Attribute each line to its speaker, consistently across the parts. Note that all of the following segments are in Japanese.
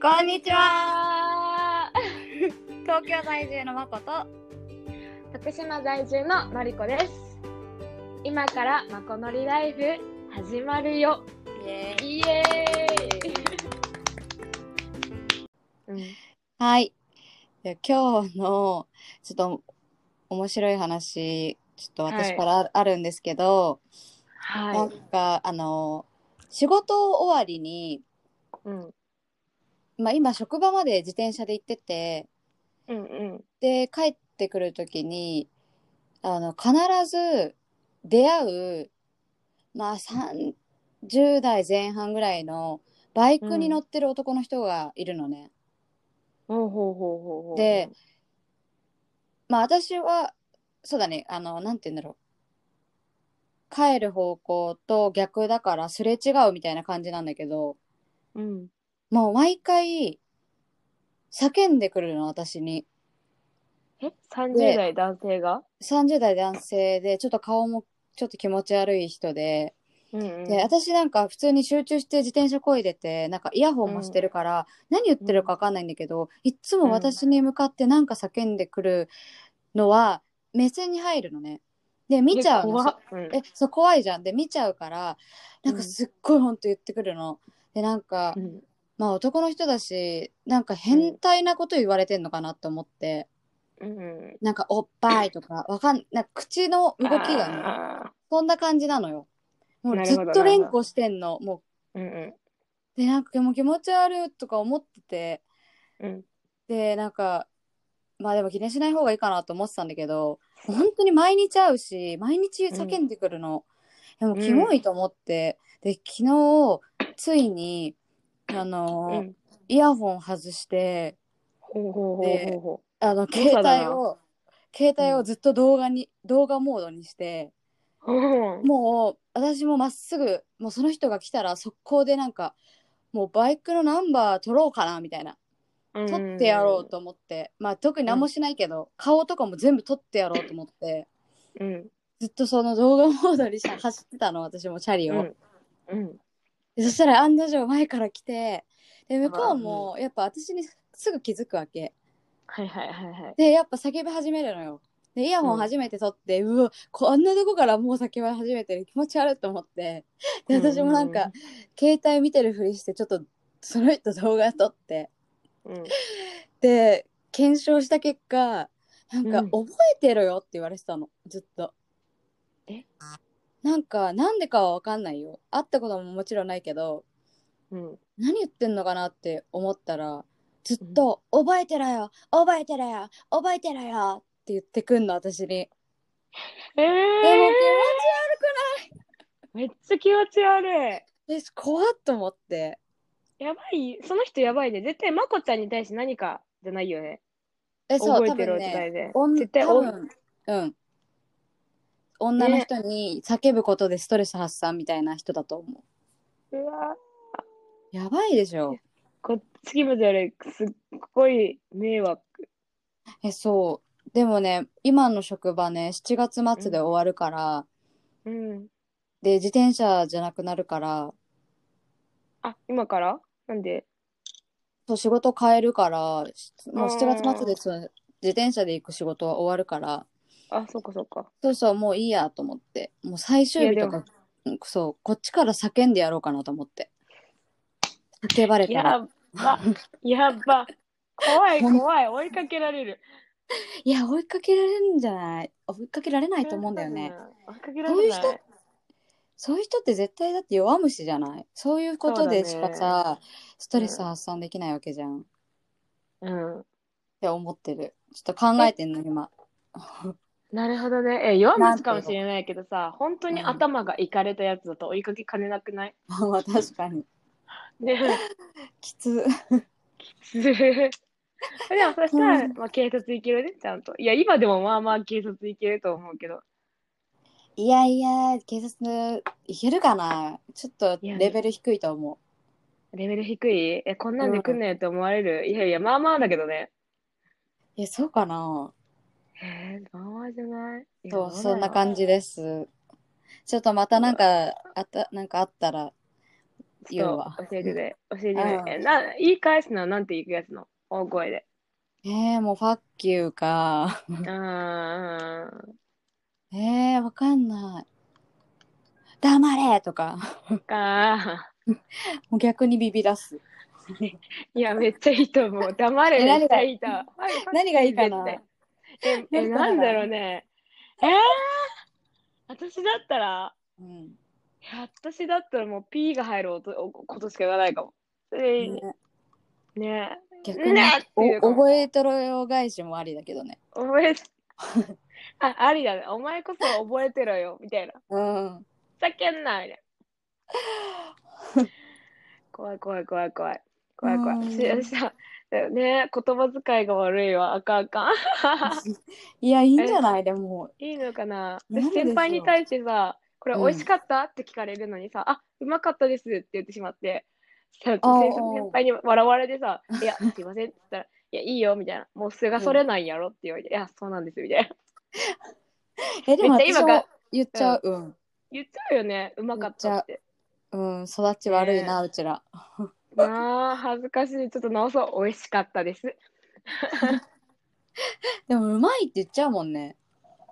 Speaker 1: こんにちは
Speaker 2: は
Speaker 1: 東京在住のまこと
Speaker 2: 徳島在住ののりこです今からまこのりライフ始まるよ
Speaker 1: イエ
Speaker 2: イエーイ、
Speaker 1: はいいや今日のちょっと面白い話ちょっと私からああるんですけど、なん
Speaker 2: は
Speaker 1: かあの仕事終わりに、
Speaker 2: い、うん、
Speaker 1: まあ、今職場まで自転車で行ってて
Speaker 2: うんうん
Speaker 1: で帰ってくる時にあの必ず出会う、まあ、30代前半ぐらいのバイクに乗ってる男の人がいるのね。
Speaker 2: ほうほうほうほうほう
Speaker 1: でまあ私はそうだねあのなんて言うんだろう帰る方向と逆だからすれ違うみたいな感じなんだけど
Speaker 2: うん
Speaker 1: もう毎回叫んでくるの私に
Speaker 2: え30代男性が
Speaker 1: 30代男性でちょっと顔もちょっと気持ち悪い人で
Speaker 2: うんうん
Speaker 1: で私なんか普通に集中して自転車こいでてなんかイヤホンもしてるから、何言ってるかわかんないんだけど、いっつも私に向かってなんか叫んでくるのは目線に入るのね。で見ちゃうの
Speaker 2: え怖っうん
Speaker 1: えそう怖いじゃんで見ちゃうからなんかすっごいほんと言ってくるの。でなんか、
Speaker 2: うん
Speaker 1: まあ男の人だしなんか変態なこと言われてんのかなと思って、
Speaker 2: うんうん
Speaker 1: なんか「おっぱい」とかわかんなんか口の動きがね
Speaker 2: あ
Speaker 1: そんな感じなのよ。もう
Speaker 2: なる
Speaker 1: ず
Speaker 2: ほど
Speaker 1: っと連呼してんのもう
Speaker 2: ーうんう
Speaker 1: でなんかもう気持ち悪いとか思ってて
Speaker 2: んうん
Speaker 1: でなんかまあでも気にしない方がいいかなと思ってたんだけど本当に毎日会うし毎日叫んでくるの、
Speaker 2: ん
Speaker 1: でもキモいと思って、で昨日ついにあのー、
Speaker 2: うん
Speaker 1: イヤホン外して
Speaker 2: ほうほうほうほうほ
Speaker 1: あの
Speaker 2: 誤差
Speaker 1: 携
Speaker 2: だな
Speaker 1: 帯を携帯をずっと動画に、動画モードにして
Speaker 2: ううん
Speaker 1: もう私もまっすぐもうその人が来たら速攻でなんかもうバイクのナンバー取ろうかなみたいな撮ってやろうと思って、まあ特に何もしないけど、顔とかも全部撮ってやろうと思って
Speaker 2: うん
Speaker 1: ずっとその動画モードにした走ってた の私もチャリを、
Speaker 2: うんうん
Speaker 1: でそしたら案の定前から来てで向こうもやっぱ私にすぐ気づくわけ
Speaker 2: はいはいはいはい
Speaker 1: でやっぱ叫び始めるのよでイヤホン初めて撮って、うわこんなとこからもう叫び始めてる気持ち悪いと思ってで私もなんか、携帯見てるふりしてちょっとその人動画撮って
Speaker 2: うん
Speaker 1: で検証した結果なんか
Speaker 2: うん
Speaker 1: 覚えてろよって言われてたのずっと
Speaker 2: え
Speaker 1: なんかなんでかは分かんないよ会ったことももちろんないけど
Speaker 2: うん
Speaker 1: 何言ってんのかなって思ったらずっと「覚えてろよ覚えてろよ覚えてろよ」って言ってくんの私にでも気
Speaker 2: え
Speaker 1: 持ち悪
Speaker 2: えー、めっちゃ気持ち悪い
Speaker 1: いです怖っと思って
Speaker 2: やばいその人やばいね絶対まこちゃんに対して何かじゃないよね
Speaker 1: えそう
Speaker 2: 覚え
Speaker 1: 多
Speaker 2: て
Speaker 1: 分
Speaker 2: るって
Speaker 1: ね
Speaker 2: 感じで
Speaker 1: 女
Speaker 2: 絶対
Speaker 1: 多
Speaker 2: お
Speaker 1: 分うん女の人に叫ぶことでストレス発散みたいな人だと思う
Speaker 2: うわ
Speaker 1: やばいでしょ
Speaker 2: こっち気持ち悪いすっごい迷惑
Speaker 1: えそうでもね今の職場ね7月末で終わるから、
Speaker 2: うん
Speaker 1: で自転車じゃなくなるから
Speaker 2: あ今からなんで
Speaker 1: そう仕事変えるからしもう
Speaker 2: あー
Speaker 1: 7月末でその自転車で行く仕事は終わるから
Speaker 2: あそっかそっか
Speaker 1: そうそうもういいやと思ってもう最終日と
Speaker 2: い
Speaker 1: かうんそうこっちから叫んでやろうかなと思って叫ばれたら
Speaker 2: やばやば怖い怖い追いかけられる
Speaker 1: いや追いかけられるんじゃない追いかけられないと思うんだよね
Speaker 2: 追いかけられない
Speaker 1: そういうそういう人って絶対だって弱虫じゃないそういうことでしか
Speaker 2: そうだ
Speaker 1: さ、ストレス発散できないわけじゃんっ
Speaker 2: うん
Speaker 1: て思ってるちょっと考えてんの今
Speaker 2: なるほどね。え、弱虫かもしれないけどさ、本当に頭がいかれたやつだと追いかけかねなくない、
Speaker 1: まあ 確かに
Speaker 2: ね
Speaker 1: きつ
Speaker 2: でもそした
Speaker 1: う
Speaker 2: ら、
Speaker 1: ん
Speaker 2: まあ、警察行けるね、ちゃんと。いや、今でもまあまあ警察行けると思うけど。
Speaker 1: いやいや、警察いけるかなちょっとレベル低いと思
Speaker 2: レベル低いえ、こんなんで来んなよって思われる、いやいや、まあまあだけどね。
Speaker 1: う。いや、そうかな
Speaker 2: えー、まあまあじゃないいや
Speaker 1: そう、そんな
Speaker 2: じ。
Speaker 1: 感じです。ちょっとまたなんか、あった、なんかあったら、
Speaker 2: ち
Speaker 1: 言う
Speaker 2: ょ
Speaker 1: わ
Speaker 2: っと教えてで、教えてね
Speaker 1: うん。
Speaker 2: えな、言い返すのはなんて言うやつの大声で。
Speaker 1: えー、もうファッキューか。
Speaker 2: うーん。
Speaker 1: えー、わかんない。黙れとか、
Speaker 2: か
Speaker 1: もう逆にビビらす。
Speaker 2: いや、めっちゃいいと 思う。黙れ、
Speaker 1: え
Speaker 2: め
Speaker 1: 何
Speaker 2: っち
Speaker 1: が
Speaker 2: ゃいいと思う。
Speaker 1: 何がいいかな
Speaker 2: 絶対え、え、
Speaker 1: 何かな
Speaker 2: なんだろうね。えー、私だったら、
Speaker 1: うん。
Speaker 2: いや私だったらもう P が入る音おことしか言わないかも。それね
Speaker 1: ね
Speaker 2: ね
Speaker 1: 逆
Speaker 2: ね
Speaker 1: に
Speaker 2: っていうか
Speaker 1: お覚えとろよ返しもありだけどね。
Speaker 2: 覚え、あ、ありだね。お前こそ覚えてろよ、みたいな。
Speaker 1: うん。
Speaker 2: ふざけんなみたいな。 怖い怖い怖い怖い。怖い怖
Speaker 1: う
Speaker 2: い。
Speaker 1: ん
Speaker 2: しさ、ね言葉遣いが悪いわ。あかんあかん。
Speaker 1: いや、いいんじゃないでも、
Speaker 2: いいのかな
Speaker 1: なる
Speaker 2: 私
Speaker 1: でしょ
Speaker 2: 先輩に対してさ、これ
Speaker 1: うん
Speaker 2: 美味しかった、って聞かれるのにさ、あ、うまかったですって言ってしまって、さ先
Speaker 1: おうおう
Speaker 2: 先輩に笑われてさ、いや、すいませんって言ったら、いや、いいよみたいな。もう素がそれないやろって言われて、いや、そうなんですみたいな。
Speaker 1: え、でも
Speaker 2: めっち
Speaker 1: 私
Speaker 2: ゃ今が
Speaker 1: も言っちゃう。うん。
Speaker 2: 言っちゃうよね、うまかったって。
Speaker 1: うん、育ち悪いな、うちら。
Speaker 2: なあ、恥ずかしい。ちょっと直そう。美味しかったです。
Speaker 1: でも、うまいって言っちゃうもんね。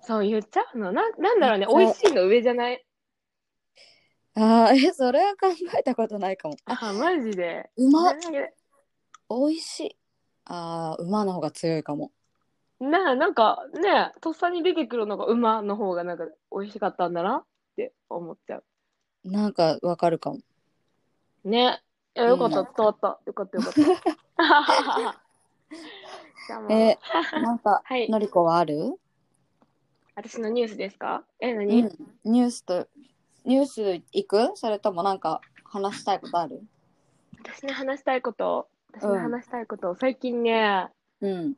Speaker 2: そう言っちゃうのななんだろうね
Speaker 1: そう
Speaker 2: 美味しいの上じゃない
Speaker 1: ああ、え、それは考えたことないかも。あ、
Speaker 2: あマジで
Speaker 1: うま、
Speaker 2: な
Speaker 1: 美味しい。ああ、馬の方が強いかも。
Speaker 2: ななんかねとっさに出てくるのが馬の方がなんか美味しかったんだなって思っちゃ
Speaker 1: なんかわかるかも。
Speaker 2: うねいやよかった
Speaker 1: うん
Speaker 2: 伝わったよかったよかっ たじゃあもう
Speaker 1: えなんか、
Speaker 2: はい
Speaker 1: のりこはある
Speaker 2: 私のニュースですかえ
Speaker 1: う
Speaker 2: 何、
Speaker 1: ん。ニュースと、ニュース行くそれともなんか話したいことある
Speaker 2: 私の話したいこと私
Speaker 1: う
Speaker 2: の
Speaker 1: ん
Speaker 2: 話したいこと、最近ね
Speaker 1: うん。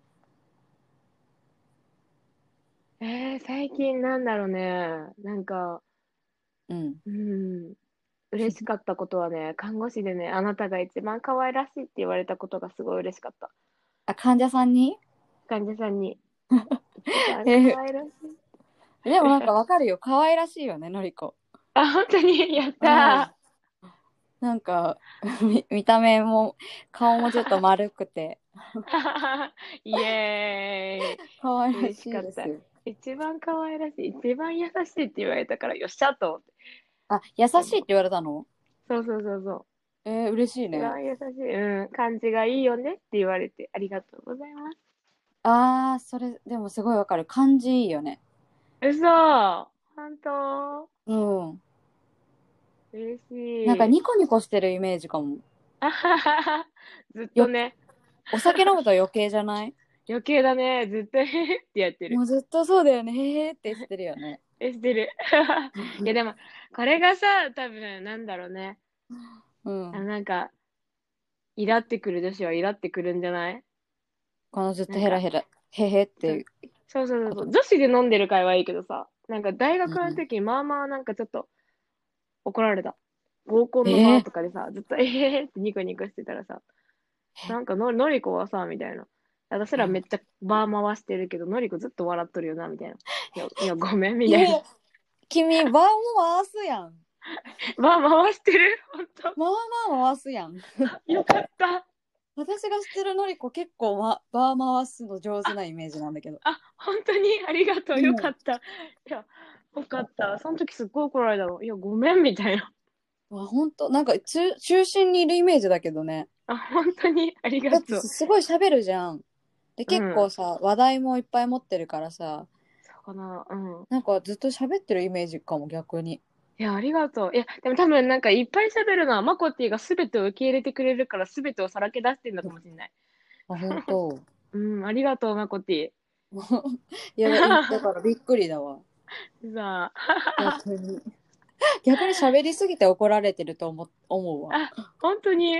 Speaker 2: えー、最近なんだろうねなんか
Speaker 1: うん。
Speaker 2: うん嬉しかったことはね、看護師でね、あなたが一番可愛らしいって言われたことがすごい嬉しかった。
Speaker 1: あ、患者さんに
Speaker 2: 患者さん に。一番可愛らしい。
Speaker 1: でもなんかわかるよ。可愛らしいよね、のりこ。
Speaker 2: あ、本当にやった
Speaker 1: なんか、み見た目も、顔もちょっと丸く て、
Speaker 2: ーイエ
Speaker 1: 可愛らしいですよ。
Speaker 2: ーイ一番可愛らしい、一番優しいって言われたから、よっしゃと思って。
Speaker 1: あ、優しいって言われたの
Speaker 2: そうそうそうそ。
Speaker 1: えー、嬉しいうね
Speaker 2: 一。番優しい。うん、感じがいいよねって言われて、ありがとうございます。
Speaker 1: あー、それ、でもすごいわかる。感じいいよね。
Speaker 2: 嘘本当
Speaker 1: うん。
Speaker 2: 嬉しい。
Speaker 1: なんかニコニコしてるイメージかも。
Speaker 2: あははは ずっとね。
Speaker 1: お酒飲むと余計じゃ ない
Speaker 2: 余計だね。ずっとへへへってやってる
Speaker 1: も。うずっとそうだよね。へーってしてるよね。
Speaker 2: えしてる。 いやでも、これがさ、多分なんだろうね。
Speaker 1: うん
Speaker 2: あ。なんか、イラってくる女子はイラってくるんじゃない
Speaker 1: このずっとヘラヘラ、へへっていう。
Speaker 2: そうそうそうそう。女子で飲んでる会はいいけどさ、なんか大学の時、まあまあなんかちょっと怒られた。合コンの
Speaker 1: え
Speaker 2: 場
Speaker 1: ー
Speaker 2: とかでさ、ずっとえへへってニコニコしてたらさ、なんかののりこはさ、みたいな。私らめっちゃバー回してるけど、のりこずっと笑っとるよな、みたいな。いや、いやごめん、みたいな。
Speaker 1: え君、バーも回すやん。
Speaker 2: バー回してる本当
Speaker 1: まあまあ回すやん。
Speaker 2: よかった。
Speaker 1: 私が知ってるのりこ結構、ま、バー回すの上手なイメージなんだけど。
Speaker 2: あ、本当にありがと
Speaker 1: う
Speaker 2: う。
Speaker 1: ん
Speaker 2: よかった。いや、よかった。その時すっごい怒られたの。いや、ごめんみたいな。
Speaker 1: あ本当なんか中中心にいるイメージだけどね。
Speaker 2: あ、本当にあり
Speaker 1: だ
Speaker 2: が
Speaker 1: っ
Speaker 2: と
Speaker 1: て
Speaker 2: う。
Speaker 1: すごい喋るじゃん。で結構さ、話題もいっぱい持ってるからさ
Speaker 2: かな。うん。
Speaker 1: なんかずっと喋ってるイメージかも逆に。
Speaker 2: いや、ありがとう。いや、でも多分なんかいっぱい喋るのはマコティが全てを受け入れてくれるから全てをさらけ出してんだかもしれない。
Speaker 1: あ本当
Speaker 2: うん、ありがとう、マコテ
Speaker 1: いやだからびっくりだわ。
Speaker 2: ィ。さあ、
Speaker 1: 逆に。逆に喋りすぎて怒られてると思思うわ。
Speaker 2: 本当に。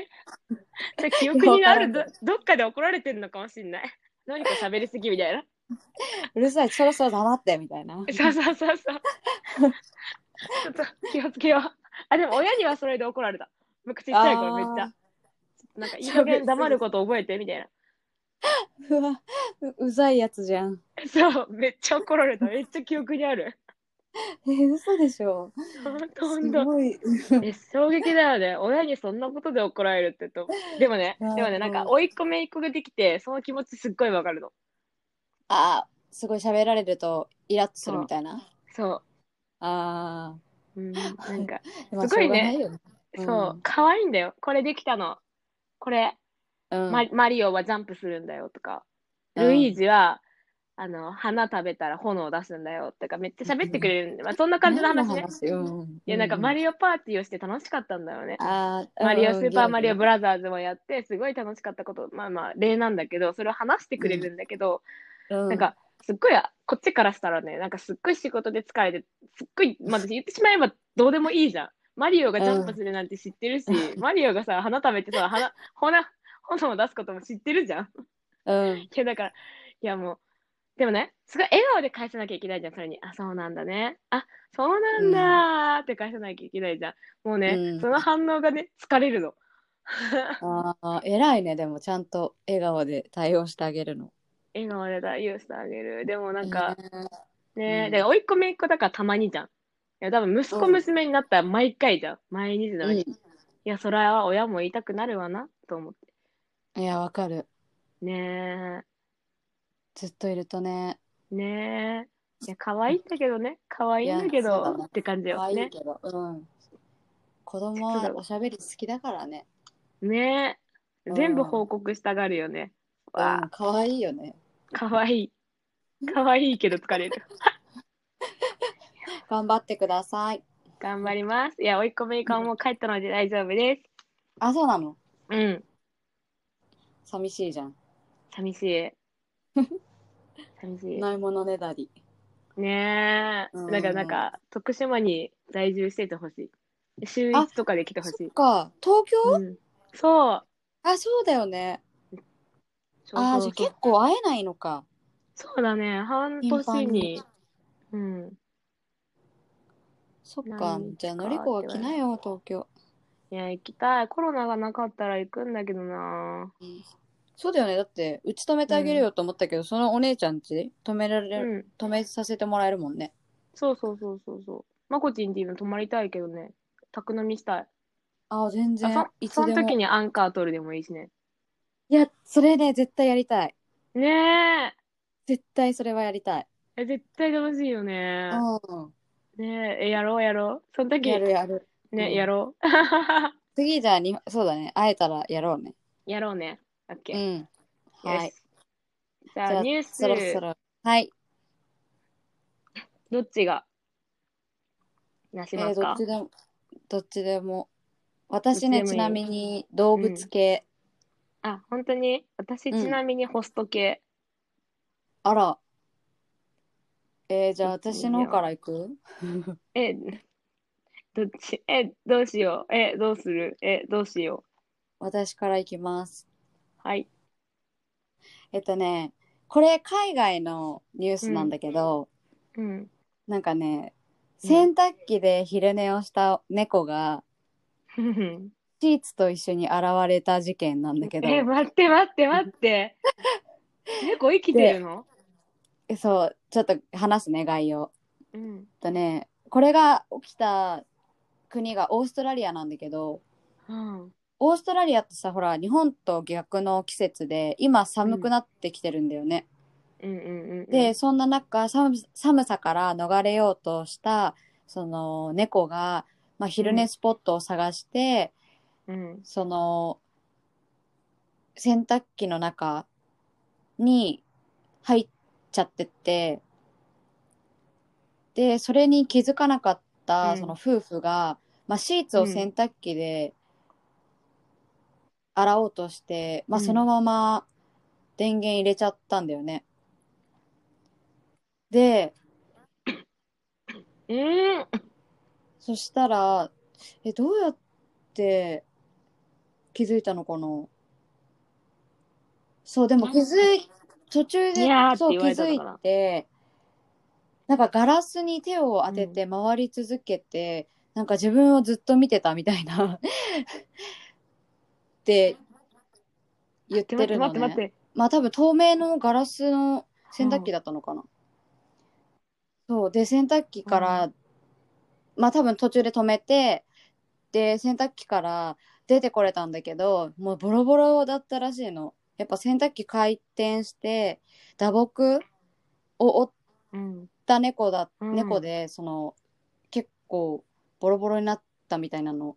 Speaker 2: じゃあ記憶にあ るど、どっかで怒られてんのかもしれない。何か喋りすぎみたいな。
Speaker 1: うるさいそろそろ黙ってみたいな。
Speaker 2: そうそうそう そう。ちょっと気をつけよう。あ、でも親にはそれで怒られた。僕ちっちゃい頃めっち
Speaker 1: あ
Speaker 2: ゃ
Speaker 1: ー。
Speaker 2: なんかいい加減黙ること覚えてみたいな。
Speaker 1: うわううざいやつじゃん。
Speaker 2: そう、めっちゃ怒られた。めっちゃ記憶にある。
Speaker 1: え嘘でしょ
Speaker 2: 本当
Speaker 1: す
Speaker 2: 本当。
Speaker 1: ごい
Speaker 2: え、衝撃だよね。親にそんなことで怒られるってと。でもね、
Speaker 1: いや
Speaker 2: でもね、なんか、
Speaker 1: うん
Speaker 2: 甥いっ子姪っ子ができて、その気持ちすっごいわかるの。
Speaker 1: あーすごい喋られるとイラッとするみたいな
Speaker 2: そ
Speaker 1: あ
Speaker 2: う。うん、なんか、
Speaker 1: ー、まあ
Speaker 2: すごいね
Speaker 1: しょうがないようん
Speaker 2: そう、可愛いんだよ。これできたの。これ、
Speaker 1: うん
Speaker 2: ママリオはジャンプするんだよとか、
Speaker 1: うん
Speaker 2: ルイージは、あの、花食べたら炎を出すんだよとか、めっちゃ喋ってくれる。まあ、そんな感じの話
Speaker 1: 何
Speaker 2: ね。
Speaker 1: うん、
Speaker 2: いや、なんか、マ
Speaker 1: リ
Speaker 2: リオパーティーをして楽しかったんだよね。
Speaker 1: あー
Speaker 2: マリオ、
Speaker 1: うん
Speaker 2: スーパーマリオブラザーズもやって、すごい楽しかったこと、まあまあ、例なんだけど、それを話してくれるんだけど、
Speaker 1: う
Speaker 2: なんか、すっごい、こっちからしたらね、なんかすっごい仕事で疲れて、すっごい、まあ、言ってしまえばどうでもいいじゃん。マリオがジャンプするなんて知ってるし、マリオがさ、花食べてさ、花、ほな、炎を出すことも知ってるじゃん。
Speaker 1: うん
Speaker 2: いや、だから、いやもう、でもね、すごい笑顔で返さなきゃいけないじゃん、それに。あ、そうなんだね。あ、そうなんだーって返さなきゃいけないじゃん。もうね、
Speaker 1: うん
Speaker 2: その反応がね、疲れるの。
Speaker 1: ああ偉いねでもちゃんと笑顔で対応してあげるの
Speaker 2: 笑顔でだ、ユースあげる。でもなんか、
Speaker 1: う
Speaker 2: ね
Speaker 1: ん
Speaker 2: で、甥いっ子姪っ子だからたまにじゃん。いや、多分息子
Speaker 1: うん
Speaker 2: 娘になったら毎回じゃん。毎日のよう
Speaker 1: う
Speaker 2: に。
Speaker 1: ん
Speaker 2: いや、それは親も言いたくなるわな、と思って。
Speaker 1: いやわかる
Speaker 2: ね
Speaker 1: ずっといるとね
Speaker 2: え、ねえ。いや、可愛いんだけどね。可愛いんだけ
Speaker 1: いやそうだ
Speaker 2: ど、
Speaker 1: ね
Speaker 2: って感じ
Speaker 1: 可
Speaker 2: よ
Speaker 1: 愛
Speaker 2: ね
Speaker 1: い。けど、うん子供はおしゃべり好きだからね
Speaker 2: ねえ
Speaker 1: うん
Speaker 2: 全部報告したがるよね。わ
Speaker 1: うん
Speaker 2: あ、
Speaker 1: 可愛いよね
Speaker 2: かわいい。かわいいけど疲れる。
Speaker 1: 頑張ってください
Speaker 2: 頑張ります。いや、おいっ子めいかもう帰ったので大丈夫です。
Speaker 1: あそうなの
Speaker 2: うん、
Speaker 1: 寂しいじゃん
Speaker 2: 寂しい。 寂し
Speaker 1: ないものねだり
Speaker 2: い。ねえ。
Speaker 1: うん
Speaker 2: なんか、なんか、徳島に在住しててほしい。週
Speaker 1: あ
Speaker 2: 一とかで来てほ
Speaker 1: そ
Speaker 2: しい
Speaker 1: っ。か東京、
Speaker 2: うん、そう。
Speaker 1: あそうだよね
Speaker 2: そう
Speaker 1: あーじ
Speaker 2: そう
Speaker 1: ゃあ
Speaker 2: そう
Speaker 1: 結構会えないのか
Speaker 2: そうだね。半年に。うん。
Speaker 1: そっか
Speaker 2: 何日か
Speaker 1: じゃあのりこは来なよ東京
Speaker 2: いや、行きたい。コロナがなかったら行くんだけどな。
Speaker 1: そうだよねだってうち止めてあげるよと思ったけど、そのお姉ちゃんち止められる、
Speaker 2: うん。
Speaker 1: 止めさせてもらえるもんね
Speaker 2: そうそうそうそうそう。まこちんっていうの泊まりたいけどね。宅飲みしたい。
Speaker 1: あー全然
Speaker 2: あ
Speaker 1: い
Speaker 2: そ
Speaker 1: つ
Speaker 2: そ
Speaker 1: で
Speaker 2: の時
Speaker 1: も
Speaker 2: にアンカー取るでもいいしね。
Speaker 1: いやそれね絶対やりたい
Speaker 2: ね
Speaker 1: 絶対それはやりたい、
Speaker 2: え。え絶対楽しいよね。
Speaker 1: うん
Speaker 2: ねえ、えやろうやろう。その時、
Speaker 1: やるやるう
Speaker 2: ね、
Speaker 1: ん
Speaker 2: やろ
Speaker 1: 次じゃあにそうだね会えたらやろうね
Speaker 2: う。 やろうね。オッケ
Speaker 1: う
Speaker 2: ー。
Speaker 1: んは
Speaker 2: よ
Speaker 1: い
Speaker 2: し。じゃあ、ニュース、
Speaker 1: そろそろはい
Speaker 2: どっちがなし
Speaker 1: え
Speaker 2: ま
Speaker 1: ー
Speaker 2: す
Speaker 1: どっ
Speaker 2: か
Speaker 1: ちでもどっちでも私ね
Speaker 2: どっち
Speaker 1: ち
Speaker 2: で
Speaker 1: な
Speaker 2: もい
Speaker 1: みに動物系、
Speaker 2: あ、本当に私、
Speaker 1: うん
Speaker 2: ちなみにホスト系。
Speaker 1: あらえーじゃあ
Speaker 2: どっち
Speaker 1: 私
Speaker 2: に
Speaker 1: の方からいく
Speaker 2: え、どっちえ、どうしよう。え、どうするえ、どうしよ
Speaker 1: 私からいきます
Speaker 2: う。はい。
Speaker 1: えっとねこれ海外のニュースなんだけど、
Speaker 2: うん。
Speaker 1: なんかね
Speaker 2: うん
Speaker 1: 洗濯機で昼寝をした猫がシーツと一緒に現れた事件なんだけど
Speaker 2: え、待って待って待 って。猫生きてるの
Speaker 1: えそうちょっと話すね概要
Speaker 2: うん。
Speaker 1: えっとねこれが起きた国がオーストラリアなんだけど
Speaker 2: うん。
Speaker 1: オーストラリアってさほら日本と逆の季節で今寒くなってきてるんだよね。
Speaker 2: うんうんうん。
Speaker 1: で、そんな中寒寒さから逃れようとしたその猫が、まあ、昼
Speaker 2: う
Speaker 1: 寝
Speaker 2: ん
Speaker 1: スポットを探して、
Speaker 2: うん。
Speaker 1: その洗濯機の中に入っちゃっててでそれに気づかなかった、
Speaker 2: うん
Speaker 1: その夫婦が、まあ、シーツを洗濯機で洗おうとして、まあ、
Speaker 2: うん
Speaker 1: そのまま電源入れちゃったんだよね。で
Speaker 2: うん。
Speaker 1: そしたらえどうやって気づいたのかなそうでも気づい途中で
Speaker 2: にゃーって
Speaker 1: そう気
Speaker 2: 言われた
Speaker 1: づ
Speaker 2: の
Speaker 1: い
Speaker 2: かな
Speaker 1: てなんかガラスに手を当てて回り続けて、なんか自分をずっと見てたみたいな って言ってるの
Speaker 2: 待って待って待
Speaker 1: ね
Speaker 2: って。
Speaker 1: まあ多分透明のガラスの洗濯機だったのかな、そうで洗濯機から、まあ多分途中で止めてで洗濯機から出てこれたんだけどもうボロボロだったらしいのやっぱ洗濯機回転して打撲を負っ
Speaker 2: うん。
Speaker 1: た猫だ、
Speaker 2: うん
Speaker 1: 猫でその結構ボロボロになったみたいなの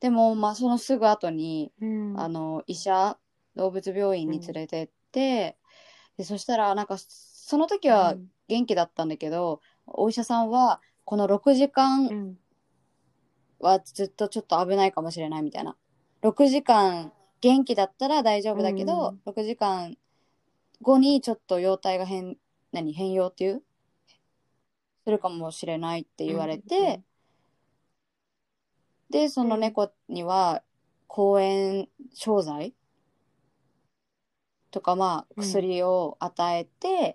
Speaker 1: でもまあそのすぐ後に
Speaker 2: うん。
Speaker 1: あの医者動物病院に連れてって、でそしたらなんかその時は
Speaker 2: うん
Speaker 1: 元気だったんだけど、お医者さんはこの6時
Speaker 2: う
Speaker 1: 間
Speaker 2: ん。
Speaker 1: はずっとちょっと危ないかもしれないみたいな6時間元気だったら大丈夫だけど、6時間後にちょっと容体が変何変容っていうするかもしれないって言われて、でその猫には抗炎症剤とかまあ
Speaker 2: うん
Speaker 1: 薬を与えて、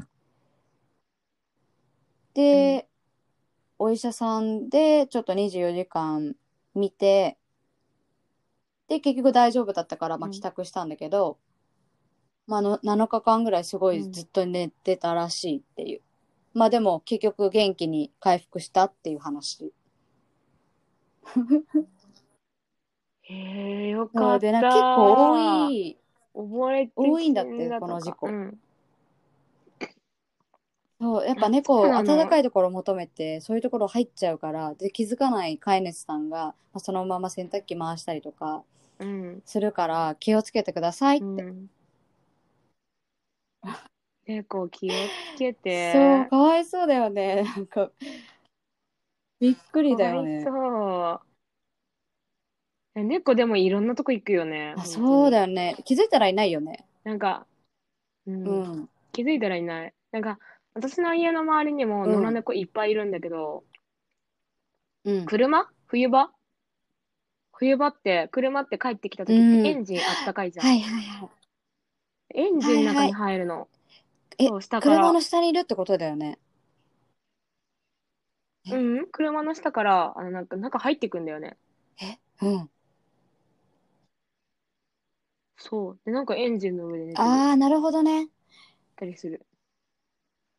Speaker 1: で、お医者さんでちょっと24時間見てで結局大丈夫だったから、まあ、
Speaker 2: うん
Speaker 1: 帰宅したんだけど、まあ、の7日間ぐらいすご
Speaker 2: う
Speaker 1: い
Speaker 2: ん
Speaker 1: ずっと寝てたらしいっていう、まあでも結局元気に回復したっていう話。
Speaker 2: うんへえ、よか
Speaker 1: そ
Speaker 2: っ
Speaker 1: う
Speaker 2: た。
Speaker 1: でなんか結構多。い
Speaker 2: 溺れて
Speaker 1: 多いんだって
Speaker 2: 死だと
Speaker 1: こ
Speaker 2: か
Speaker 1: の事故
Speaker 2: うん
Speaker 1: そうやっぱ猫
Speaker 2: そうなの
Speaker 1: 温かいところを求めてそういうところ入っちゃうからで気づかない飼い主さんが、まあ、そのまま洗濯機回したりとか
Speaker 2: うん。
Speaker 1: するから気をつけてくださいって、
Speaker 2: うん猫気をつけて。
Speaker 1: そうかわいそうだよね なんかびっくりだよね
Speaker 2: かわいそう。猫でもいろんなとこ行くよね。
Speaker 1: あそうだ
Speaker 2: よ。
Speaker 1: よね気づいたらいないよね
Speaker 2: なんか、う、
Speaker 1: うんん
Speaker 2: 気づいたらいない。なんか、私の家の周りにも
Speaker 1: うん
Speaker 2: 野良猫いっぱいいるんだけど、
Speaker 1: うん
Speaker 2: 車冬場冬場って、車って帰ってきた時っ
Speaker 1: うん
Speaker 2: てエンジンあったかいじゃん。
Speaker 1: はいはいはい
Speaker 2: エンジンの中に入るの。
Speaker 1: いえ
Speaker 2: そう、下から。
Speaker 1: 車の下にいるってことだよね
Speaker 2: うん、車の下から、あの、なんか、中入ってくんだよね。
Speaker 1: うん
Speaker 2: そう。で、なんかエンジンの上で寝てる。
Speaker 1: ああなるほどね
Speaker 2: ったりする。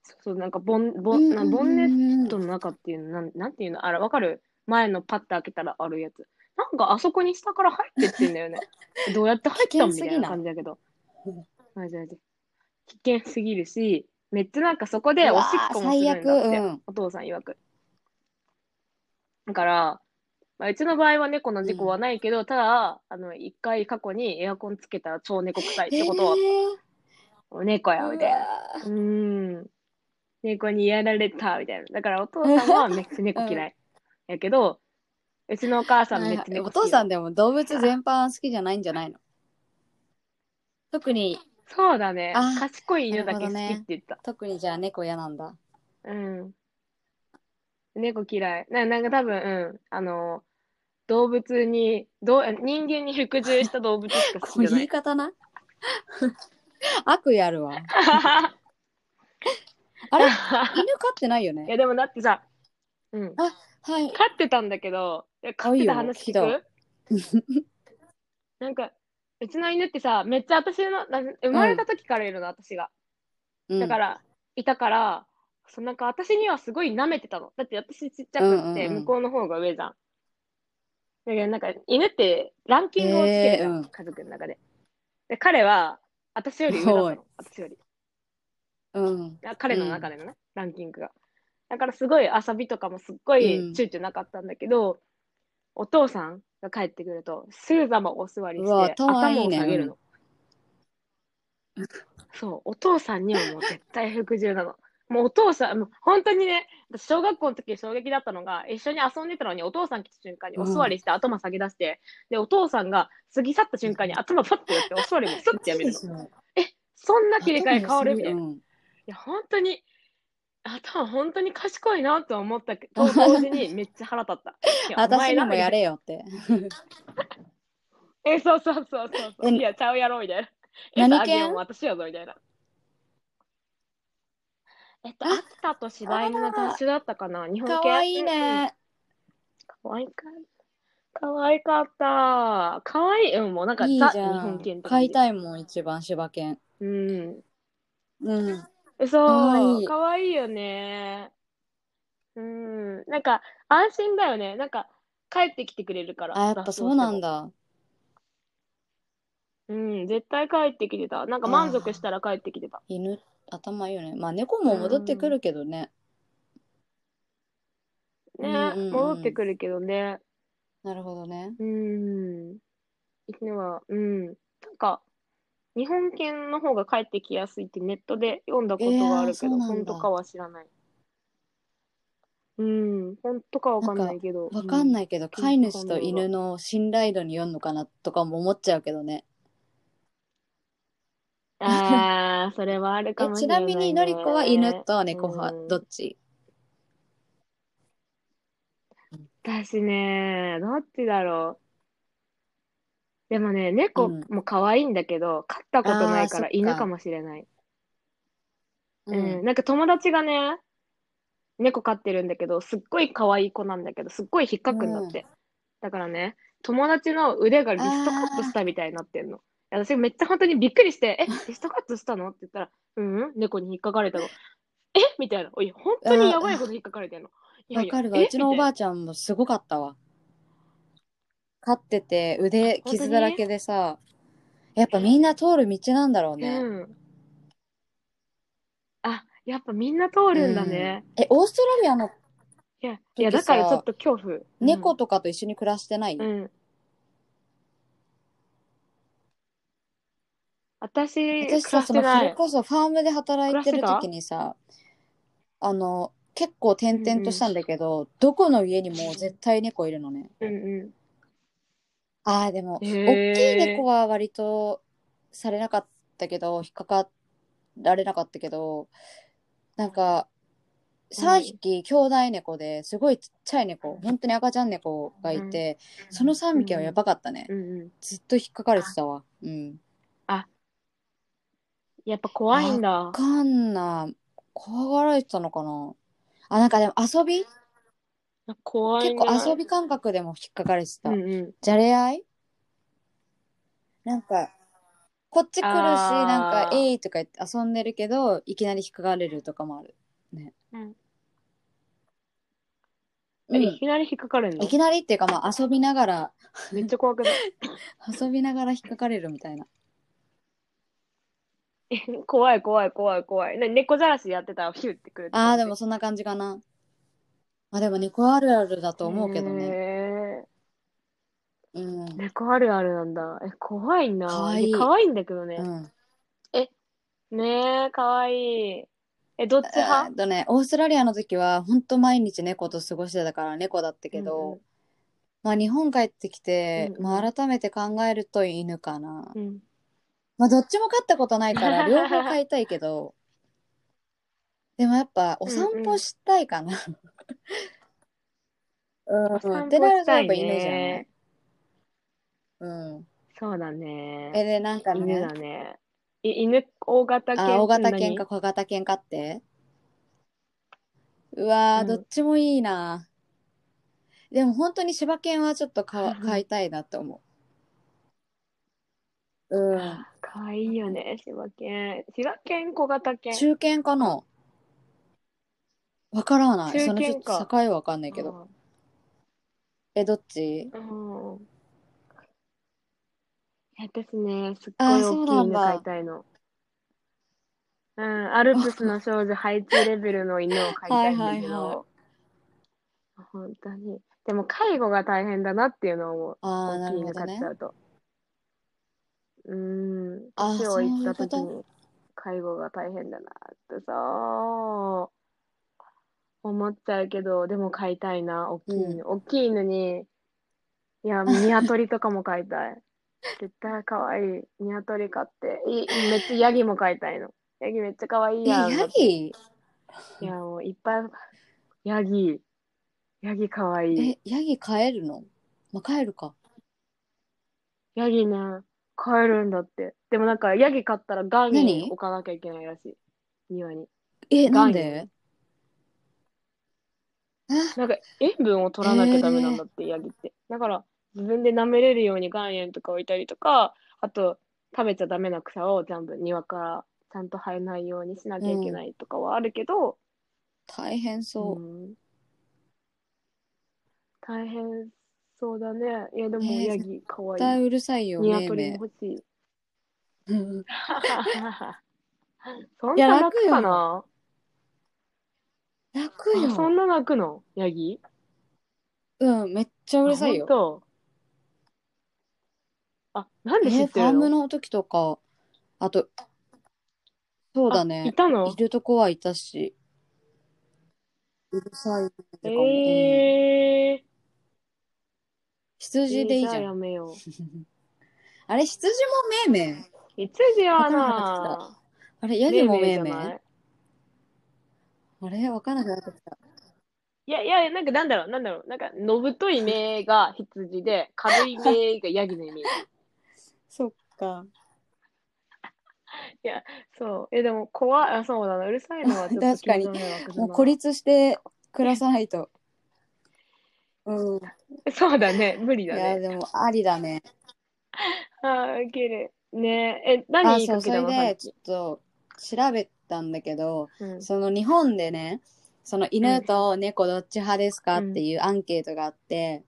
Speaker 2: そうそう、なんかボン、ボ
Speaker 1: う
Speaker 2: ン、
Speaker 1: ん
Speaker 2: なボンネットの中っていうの、なんなんていうのあれ、わかる前のパッて開けたらあるやつ。なんかあそこに下から入ってってんだよ ね。どうやって入ったん
Speaker 1: 危
Speaker 2: み
Speaker 1: 険す
Speaker 2: た
Speaker 1: ぎ
Speaker 2: い
Speaker 1: ない
Speaker 2: な感じだけど
Speaker 1: うん。
Speaker 2: マジマジ。危険すぎるし、めっちゃなんかそこでおしっこもするんだって、
Speaker 1: うわー最悪うん
Speaker 2: お父さん曰く。だから、まあ、うちの場合は猫の事故はないけど、ただ、あの、一回過去にエアコンつけたら超猫臭いってことは、猫や、みたいな。
Speaker 1: な
Speaker 2: うーん。猫にやられたみたいな。だからお父さんはめっちゃ猫嫌い。やけど、うちのお母さんめっちゃ
Speaker 1: はいはい
Speaker 2: 猫
Speaker 1: お
Speaker 2: 好
Speaker 1: 父
Speaker 2: きよ
Speaker 1: さんでも動物全般好きじゃないんじゃないの特に
Speaker 2: そうだね
Speaker 1: あ。
Speaker 2: 賢い犬だけ好きっ
Speaker 1: なる
Speaker 2: て
Speaker 1: ほどね
Speaker 2: 言った。
Speaker 1: 特にじゃあ猫嫌なんだ
Speaker 2: うん。猫嫌い。ななんか多分、うん。あの、動物に、どう人間に服従した動物しか好
Speaker 1: こ
Speaker 2: き
Speaker 1: れ
Speaker 2: じゃな
Speaker 1: 言い
Speaker 2: い。
Speaker 1: 方な 悪意あるわ あれ犬飼ってないよ
Speaker 2: い
Speaker 1: ね
Speaker 2: やでもだってさ、うん。
Speaker 1: はい
Speaker 2: 飼ってたんだけど、え飼っ
Speaker 1: い
Speaker 2: て
Speaker 1: いよ
Speaker 2: た話聞
Speaker 1: 聞
Speaker 2: く なんか、うちの犬ってさ、めっちゃ私の、な生まれた時からいるの、私が。だからら、いたから、そのなんか私にはすごい舐めてたの。だって私ちっちゃく
Speaker 1: うん
Speaker 2: っ
Speaker 1: うん
Speaker 2: て、
Speaker 1: うん
Speaker 2: 向こうの方が上じゃん。だけどなんか、犬ってランキングをつけるじゃん、
Speaker 1: へーうん
Speaker 2: 家族の中で。で、彼は、私より上だった
Speaker 1: おい
Speaker 2: の。私より。
Speaker 1: うん
Speaker 2: あ彼の中でのね、ランキングが。だからすごい遊びとかもすっご
Speaker 1: う
Speaker 2: い
Speaker 1: ん
Speaker 2: 躊躇なかったんだけど、お父さんが帰ってくると、すぐざまお座り
Speaker 1: うわ
Speaker 2: して、
Speaker 1: 頭いいね
Speaker 2: 頭を下げるの。そう、お父さんにはもう絶対服従なの。もうお父さん、もう本当にね、私小学校の時衝撃だったのが、一緒に遊んでたのにお父さん来た瞬間にお座りして頭下げ出して、で、お父さんが過ぎ去った瞬間に頭パッてやって、お座り もスッてやめるの。そんな切り替え変わるみたいな
Speaker 1: う。ん
Speaker 2: いや、本当に、頭本当に賢いなと思っ たけど、同時にめっちゃ腹立った。いやお
Speaker 1: 私
Speaker 2: 前
Speaker 1: に
Speaker 2: な
Speaker 1: もやれよって
Speaker 2: え、そうそうそうそうそう。
Speaker 1: え
Speaker 2: いや、ちゃうやろ、みたいな。
Speaker 1: 何
Speaker 2: えっと、あげよ
Speaker 1: 犬
Speaker 2: う、私やぞ、みたいな。えっと、秋田と柴犬の雑種だったかな、日本
Speaker 1: か
Speaker 2: 犬。
Speaker 1: わいい
Speaker 2: うんうん。
Speaker 1: ね
Speaker 2: かわいかった。かわいかった。かわいい。うん、もうなんか、
Speaker 1: いいじ
Speaker 2: ザ・
Speaker 1: ゃ
Speaker 2: 日本
Speaker 1: ん
Speaker 2: 犬っ
Speaker 1: 飼
Speaker 2: て感
Speaker 1: い
Speaker 2: じ。
Speaker 1: たいもん一番柴犬
Speaker 2: うん。
Speaker 1: うん
Speaker 2: そ
Speaker 1: か
Speaker 2: う。
Speaker 1: わいい
Speaker 2: かわいいよね。うん。なんか、安心だよね。なんか、帰ってきてくれるから。
Speaker 1: あやっぱそうなん
Speaker 2: だ。
Speaker 1: だ
Speaker 2: うん、絶対帰ってきてた。なんか満足したら帰ってきてた。
Speaker 1: 犬頭いいよねまあ猫も戻ってくるけどね、う
Speaker 2: ね、
Speaker 1: んうんうん
Speaker 2: 戻ってくるけどね。
Speaker 1: なるほどね
Speaker 2: うん。犬は、うん。なんか、日本犬の方が帰ってきやすいってネットで読んだことはあるけ
Speaker 1: えーそ
Speaker 2: ど、
Speaker 1: うなんだ
Speaker 2: 本当かは知らない。うん、本当かわかんないけど。
Speaker 1: わかん
Speaker 2: い。
Speaker 1: ないけど、飼い主と犬の信頼度によるのかなとかも思っちゃうけどね
Speaker 2: ああ、それはあるか
Speaker 1: え
Speaker 2: もし
Speaker 1: ち
Speaker 2: れな、
Speaker 1: ない
Speaker 2: ね。
Speaker 1: みにのりこは犬と猫派、
Speaker 2: うん
Speaker 1: どっち
Speaker 2: 私ね、どっちだろう。でもね、猫
Speaker 1: うん
Speaker 2: も可愛いんだけど、飼ったことない
Speaker 1: あーそ
Speaker 2: から
Speaker 1: っか
Speaker 2: 犬かもしれない。
Speaker 1: う
Speaker 2: うん、なんか友達がね、猫飼ってるんだけど、すっごい可愛い子なんだけど、すっごい引っかくんだって。だからね、友達の腕がリストカットしたみたいになってんの。私めっちゃ本当にびっくりして、え、リストカットしたのって言ったら、うん、うん猫に引っかかれたの。えみたいな。おい、本当にやばいこと引っかかれてんの。いや
Speaker 1: わ
Speaker 2: いや
Speaker 1: かるわ。
Speaker 2: え
Speaker 1: うちのおば
Speaker 2: み
Speaker 1: あちゃんもすごかったわ。飼ってて腕傷だらけでさ、やっぱみんな通る道なんだろう
Speaker 2: たいな
Speaker 1: ね。
Speaker 2: うん。あ、やっぱみんな通るんだね。
Speaker 1: え、オーストラリアの
Speaker 2: いや、いや、だからちょっと恐怖。
Speaker 1: 猫とかと一緒に暮らしてない、
Speaker 2: うん。
Speaker 1: 私
Speaker 2: 私、暮
Speaker 1: さ、
Speaker 2: らして
Speaker 1: その
Speaker 2: な
Speaker 1: それ
Speaker 2: い。
Speaker 1: こそファームで働いてる時にさ、あの、結構転々としたんだけど、どこの家にも絶対猫いるのね。
Speaker 2: うんう
Speaker 1: ああ、でも、
Speaker 2: へ
Speaker 1: 大
Speaker 2: ー
Speaker 1: きい猫は割とされなかったけど、引っかかられなかったけど、なんか、3匹兄弟猫ですごいちっちゃい猫、本当に赤ちゃん猫がいて、その3匹はやばかったね。
Speaker 2: ん。うんうん。
Speaker 1: ずっと引っかかれてたわ。うん。
Speaker 2: やっぱ怖いんだ
Speaker 1: わ。かんない。怖がられてたのかなあ、なんかでも遊び
Speaker 2: 怖い
Speaker 1: 結
Speaker 2: ね。
Speaker 1: 構遊び感覚でも引っかかれてた。
Speaker 2: うんうん。
Speaker 1: じゃれ合いなんか、こっち来るし、
Speaker 2: あー
Speaker 1: なんか、えいとか言って遊んでるけど、いきなり引っかかれるとかもある。う
Speaker 2: え
Speaker 1: ん
Speaker 2: いきなり引っかかるんだ
Speaker 1: い。きなりっていうか、まあ、遊びながら、
Speaker 2: めっちゃ怖くない
Speaker 1: 遊びながら引っかかれるみたいな。
Speaker 2: 怖い怖い怖い怖い。な猫じゃらしやってたらヒュってくるって
Speaker 1: あ
Speaker 2: 感
Speaker 1: あ、
Speaker 2: じ。
Speaker 1: でもそんな感じかな。まあ、でも猫あるあるだと思うけどね。
Speaker 2: ね。
Speaker 1: うん。う
Speaker 2: 猫あるあるなんだ。え、怖いな。
Speaker 1: 可愛い
Speaker 2: 可愛いんだけどね。
Speaker 1: ん。
Speaker 2: ねえ、可愛い。え、どっち
Speaker 1: えー
Speaker 2: 派
Speaker 1: っとね、オーストラリアの時は、ほんと毎日猫と過ごしてたから猫だったけど、まあ、日本帰ってきて、
Speaker 2: うんうん
Speaker 1: まあ、改めて考えると犬かな。
Speaker 2: うんうん。
Speaker 1: まあどっちも飼ったことないから 両方飼いたいけどでもやっぱお散歩したいかな。 うん、
Speaker 2: お散歩
Speaker 1: ってなるとやっぱ
Speaker 2: したい
Speaker 1: 犬じゃない
Speaker 2: ね。
Speaker 1: うん。
Speaker 2: そうだね。
Speaker 1: えでなんか
Speaker 2: 犬
Speaker 1: ね
Speaker 2: だ、ね。い犬、大型犬。
Speaker 1: あ大型犬
Speaker 2: 何
Speaker 1: か小型犬飼って。うわー、
Speaker 2: うん
Speaker 1: どっちもいいな。でも本当に柴犬はちょっとか飼いたいなって思う。うん。
Speaker 2: かわいいよね、柴犬。柴犬、小型犬。
Speaker 1: 中堅かなわからない。
Speaker 2: 中
Speaker 1: そ
Speaker 2: 堅か
Speaker 1: のちょっと境はわかんないけど。え、どっち
Speaker 2: うん。うん私ね、すっご
Speaker 1: あ
Speaker 2: い
Speaker 1: そう
Speaker 2: 大き
Speaker 1: なん
Speaker 2: い犬
Speaker 1: だ
Speaker 2: 飼いたいの。うん、アルプスの少女ハイチレベルの犬を飼いたいんだけ
Speaker 1: はいはいは
Speaker 2: ど。本当に。でも、介護が大変だなっていうのを思う。
Speaker 1: ああ、な
Speaker 2: 大きい
Speaker 1: るほど
Speaker 2: 犬飼っ
Speaker 1: ね
Speaker 2: ち。ゃうと。うーん。
Speaker 1: あー
Speaker 2: 年をいった
Speaker 1: そういうこと
Speaker 2: きに介護が大変だなってさ、思っちゃうけど、でも飼いたいな、大きい犬。大きい犬に、いや、鶏とかも飼いたい。 絶対可愛い。鶏飼って。いいめっちゃヤギも飼いたいの。ヤギめっちゃ可愛い
Speaker 1: え、
Speaker 2: やん。
Speaker 1: ヤギ
Speaker 2: いや、もういっぱい。ヤギ。ヤギ可愛い。
Speaker 1: え、ヤギ飼えるのまあ、飼えるか。
Speaker 2: ヤギね、飼えるんだって。でもなんか、ヤギ飼ったらガンに
Speaker 1: 何
Speaker 2: 置かなきゃいけないらしい。庭に。
Speaker 1: え、なん
Speaker 2: ガンよ
Speaker 1: であ
Speaker 2: なんか、塩分を取らなきゃダメなんだって、ヤギって。だから、自分で舐めれるように岩塩とか置いたりとか、あと、食べちゃダメな草を全部庭からちゃんと生えないようにしなきゃいけないとかはあるけど、
Speaker 1: 大変そう。
Speaker 2: うん大変そうだね。いや、でも、
Speaker 1: ねえ
Speaker 2: ヤギ、かわ
Speaker 1: 絶
Speaker 2: い
Speaker 1: 対
Speaker 2: い。
Speaker 1: うるさいよ
Speaker 2: ニワ
Speaker 1: ね
Speaker 2: トリ
Speaker 1: め
Speaker 2: も欲しい。
Speaker 1: うん
Speaker 2: そん
Speaker 1: いや
Speaker 2: な
Speaker 1: 楽よ
Speaker 2: 楽かな
Speaker 1: 泣く
Speaker 2: あそ
Speaker 1: よ
Speaker 2: んな泣くのヤギ
Speaker 1: うんめっちゃうるさいよ
Speaker 2: あ本当あ、なんで知
Speaker 1: え
Speaker 2: っ
Speaker 1: フ
Speaker 2: てる
Speaker 1: ァーム
Speaker 2: の
Speaker 1: の時とかあとそうだ
Speaker 2: あい
Speaker 1: ね
Speaker 2: たの
Speaker 1: いるとこはいたしうるさいってかもうん
Speaker 2: ええー。
Speaker 1: 羊でいいじゃ
Speaker 2: や
Speaker 1: ん
Speaker 2: めよう。
Speaker 1: あれ羊もめいめい
Speaker 2: 羊は
Speaker 1: わからな
Speaker 2: な、
Speaker 1: あれヤギもめ
Speaker 2: め
Speaker 1: い
Speaker 2: いめ
Speaker 1: め
Speaker 2: いじ
Speaker 1: い
Speaker 2: ゃない
Speaker 1: あれわからなくなってきた
Speaker 2: いやいや、なんかなんだろう、なんだろう、なんか、のぶとい目が羊で、軽い目がヤギのイメージ。
Speaker 1: そっか
Speaker 2: そう。え、でも、怖い、あ、そうだな、うるさいのはちょっと
Speaker 1: 確かに
Speaker 2: 気の迷惑だな
Speaker 1: もう孤立して暮らさないとうん
Speaker 2: そうだね、無理
Speaker 1: い
Speaker 2: だ
Speaker 1: や
Speaker 2: ね。
Speaker 1: でもありだね
Speaker 2: あー、ウケる。ねえ、え、何
Speaker 1: あ
Speaker 2: 言い
Speaker 1: そう
Speaker 2: か
Speaker 1: そ
Speaker 2: けた
Speaker 1: れ
Speaker 2: のさ
Speaker 1: で
Speaker 2: っ
Speaker 1: ち
Speaker 2: き。
Speaker 1: ょっと調べたんだけど
Speaker 2: うん
Speaker 1: その日本でねその犬と猫どっち派ですかっていうアンケートがあって、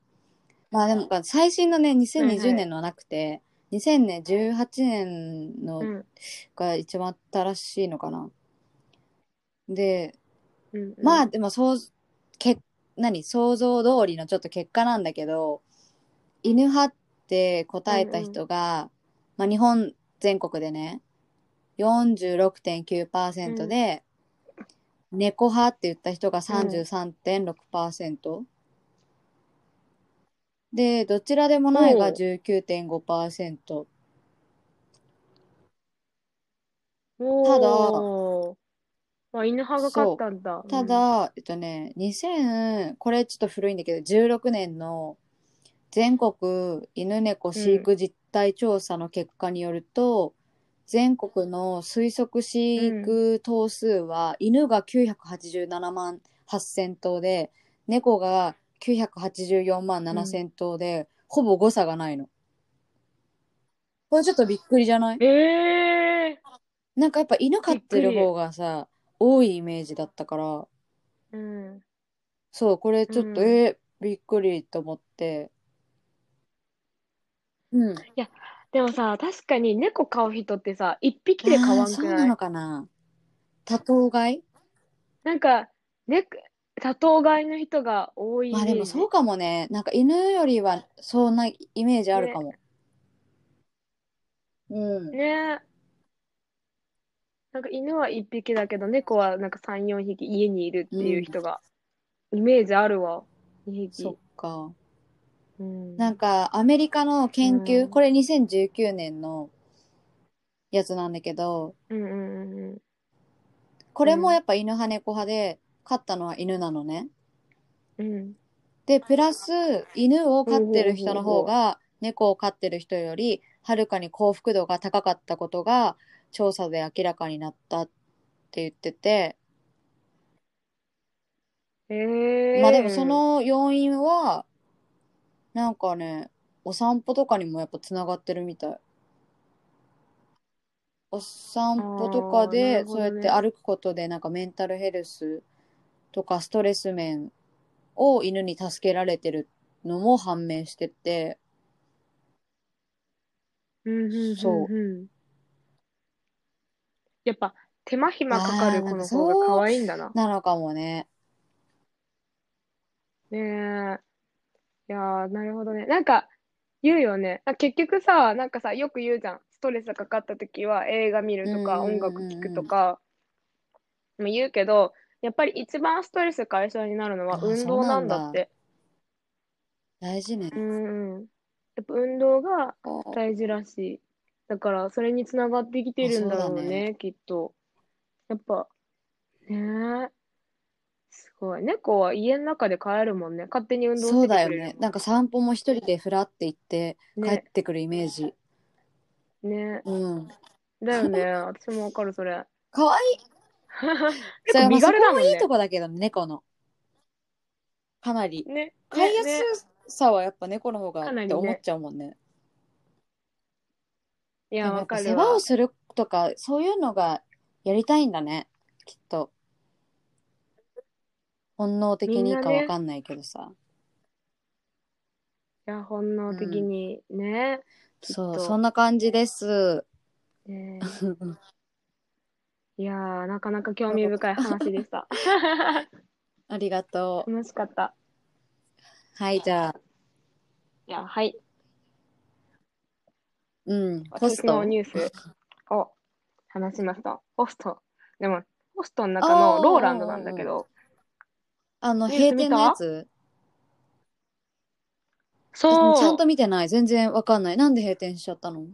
Speaker 1: まあでも最新のね2020年のはなくて、2018年
Speaker 2: う
Speaker 1: の
Speaker 2: ん
Speaker 1: が一番新しいのかな。で
Speaker 2: うん
Speaker 1: ま
Speaker 2: う
Speaker 1: あ
Speaker 2: ん
Speaker 1: でもそうけ何想像通りのちょっと結果なんだけど犬派って答えた人が、まあ、日本全国でね46.9%で、猫派って言った人が33.6%、でどちらでもないが
Speaker 2: おう
Speaker 1: 19.5%
Speaker 2: おーまあ、犬派が勝ったんだ。
Speaker 1: ただ、えっとね2000これちょっと古いんだけど16年の全国犬猫飼育実態調査の結果によると、全国の推測飼育頭数は、犬が987万8,000頭で猫が984万7,000頭で、ほぼ誤差がないの。これちょっとびっくりじゃない
Speaker 2: うん。ええ
Speaker 1: なんかやっぱ犬飼ってる方がさ多いイメージだったから。
Speaker 2: ー。うん。
Speaker 1: そう、これちょっと、
Speaker 2: うん
Speaker 1: え、びっくりと思って。うん。
Speaker 2: でもさ、確かに猫飼う人ってさ、一匹で飼わ
Speaker 1: あー
Speaker 2: ん
Speaker 1: そ
Speaker 2: く
Speaker 1: う
Speaker 2: な
Speaker 1: ないのかな。多頭飼い
Speaker 2: なんか、ね、多頭飼いの人が多いイメ
Speaker 1: まあ
Speaker 2: ー
Speaker 1: で
Speaker 2: ジ。
Speaker 1: もそうかもね。なんか犬よりはそんなイメージあるかも。うん。
Speaker 2: ね。なんか犬は一匹だけど、猫はなんか3、4匹家にいるっていう人が、イメージあるわ。2匹。
Speaker 1: そっか。
Speaker 2: うん。
Speaker 1: なんかアメリカの研究、
Speaker 2: うん
Speaker 1: これ2019年のやつなんだけど、
Speaker 2: うんうんうんうん。
Speaker 1: これもやっぱ犬派猫派で、飼ったのは犬なのね。
Speaker 2: うん。
Speaker 1: でプラス犬を飼ってる人の方が猫を飼ってる人よりはるかに幸福度が高かったことが調査で明らかになったって言ってて、
Speaker 2: ええ
Speaker 1: まあでもそ、の要因はなんかねお散歩とかにもやっぱつながってるみたい。お散歩とか
Speaker 2: あーな
Speaker 1: で、
Speaker 2: るほ
Speaker 1: そう
Speaker 2: ど
Speaker 1: や
Speaker 2: ね
Speaker 1: って歩くことでなんかメンタルヘルスとかストレス面を犬に助けられてるのも判明してて。
Speaker 2: うんうんうん
Speaker 1: そ
Speaker 2: うん。やっぱ、手間暇かかる子の方が可愛いんだな。
Speaker 1: なのかもね。
Speaker 2: ねえ。いやー、なるほどね。なんか、言うよね。あ結局さ、なんかさ、よく言うじゃん。ストレスかかった時は映画見るとか、
Speaker 1: うんうんう
Speaker 2: 音
Speaker 1: んうん
Speaker 2: 楽聴くとか、も言うけど、やっぱり一番ストレス解消になるのは
Speaker 1: あ
Speaker 2: 運動なんだって。
Speaker 1: 大事ね
Speaker 2: う。んうん。やっぱ運動が
Speaker 1: あ
Speaker 2: 大事らしい。だから、それにつながってきてるんだろうね、きっと。やっぱ、ねえ。すごい。猫は家の中で飼えるもんね。勝手に運動
Speaker 1: そう
Speaker 2: して
Speaker 1: だ
Speaker 2: て
Speaker 1: よ
Speaker 2: くれる
Speaker 1: ね。なんか散歩も一人でふらって行って
Speaker 2: もん
Speaker 1: 帰
Speaker 2: ね。
Speaker 1: ってくるイメージ。
Speaker 2: ね。
Speaker 1: うん。
Speaker 2: だよね。私もわかる、それ。
Speaker 1: かわいい。
Speaker 2: 結構身
Speaker 1: それ
Speaker 2: 軽
Speaker 1: はまあそこも
Speaker 2: だもん
Speaker 1: いい
Speaker 2: ね。
Speaker 1: とこだけどね、猫の。かなり。
Speaker 2: ね。
Speaker 1: 飼いや
Speaker 2: ねね
Speaker 1: すさはやっぱ猫の方が
Speaker 2: かな
Speaker 1: っ
Speaker 2: り
Speaker 1: て
Speaker 2: ね
Speaker 1: 思っちゃうもんね。
Speaker 2: い
Speaker 1: で
Speaker 2: や、
Speaker 1: もや
Speaker 2: わ
Speaker 1: っぱ
Speaker 2: か
Speaker 1: 世
Speaker 2: る
Speaker 1: 話
Speaker 2: わ
Speaker 1: を。するとか、そういうのがやりたいんだね。きっと。本能的にかわかんないけどさ。
Speaker 2: や、本能的にね。きっ
Speaker 1: そ
Speaker 2: と
Speaker 1: う、そんな感じです。
Speaker 2: ねいやー、なかなか興味深い話で した。
Speaker 1: ありがと
Speaker 2: 楽しかった。
Speaker 1: う。はい、じゃあ、
Speaker 2: いや、はい。
Speaker 1: うん、ホス
Speaker 2: 私の
Speaker 1: ト。
Speaker 2: ニュースを話しますと、ホスト。でも、ホストの中のローランドなんだけど、
Speaker 1: あの、
Speaker 2: ニュース
Speaker 1: 閉店のやつ
Speaker 2: そう、
Speaker 1: ちゃんと見てない。全然わかんない。なんで閉店しちゃったの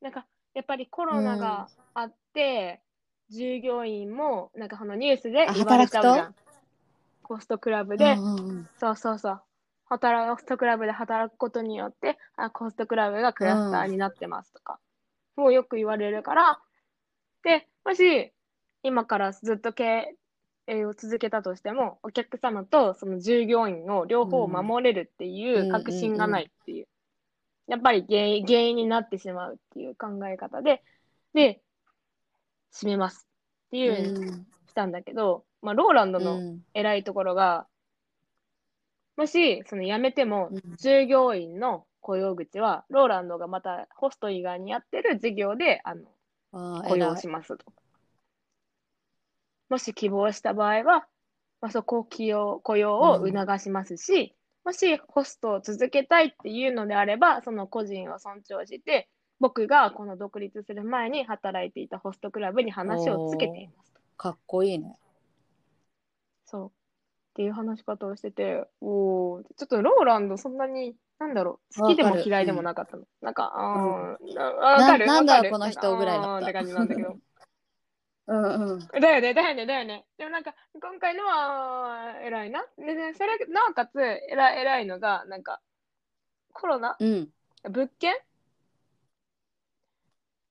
Speaker 2: なんか、やっぱりコロナがあって、従業員も、なんかそのニュースで言われちゃうじゃ
Speaker 1: 働
Speaker 2: ん。ホストクラブで、
Speaker 1: うんうんうん
Speaker 2: そうそうそう。働くホストクラブで働くことによって、あホストクラブがクラスターになってますとか、もうよく言われるから、で、もし、今からずっと経営を続けたとしても、お客様とその従業員の両方を守れるっていう確信がないっていう。やっぱり原因原因になってしまうっていう考え方で、で、閉めますっていうようにしたんだけど、まあ、ローランド
Speaker 1: う
Speaker 2: の
Speaker 1: ん
Speaker 2: 偉いところが、もし、その辞めても
Speaker 1: うん、
Speaker 2: 従業員の雇用口は、ローランドがまたホスト以外にやってる事業で、あの、
Speaker 1: あー
Speaker 2: 雇用
Speaker 1: 偉い
Speaker 2: しますと。もし希望した場合は、まあ、そこを起用、雇用を
Speaker 1: うん
Speaker 2: 促しますし、もしホストを続けたいっていうのであれば、その個人を尊重して、僕がこの独立する前に働いていたホストクラブに話をつけています。
Speaker 1: かっこいいね。
Speaker 2: そう。っていう話し方をしてて、おーちょっとローランドそんなに、なんだろう、好きで
Speaker 1: わ
Speaker 2: も
Speaker 1: かる
Speaker 2: 嫌いでもなかったの。なんか、あー、なわかる
Speaker 1: な
Speaker 2: わか
Speaker 1: なんだろ
Speaker 2: る
Speaker 1: うこの人ぐらいだった
Speaker 2: あーって感じなんだけど。
Speaker 1: うんうん。
Speaker 2: だよね、だよね、だよね。でもなんか、今回のは、偉いな。で、でそれ、なおかつ、偉い、偉いのが、なんか、コロナ
Speaker 1: うん。
Speaker 2: 物件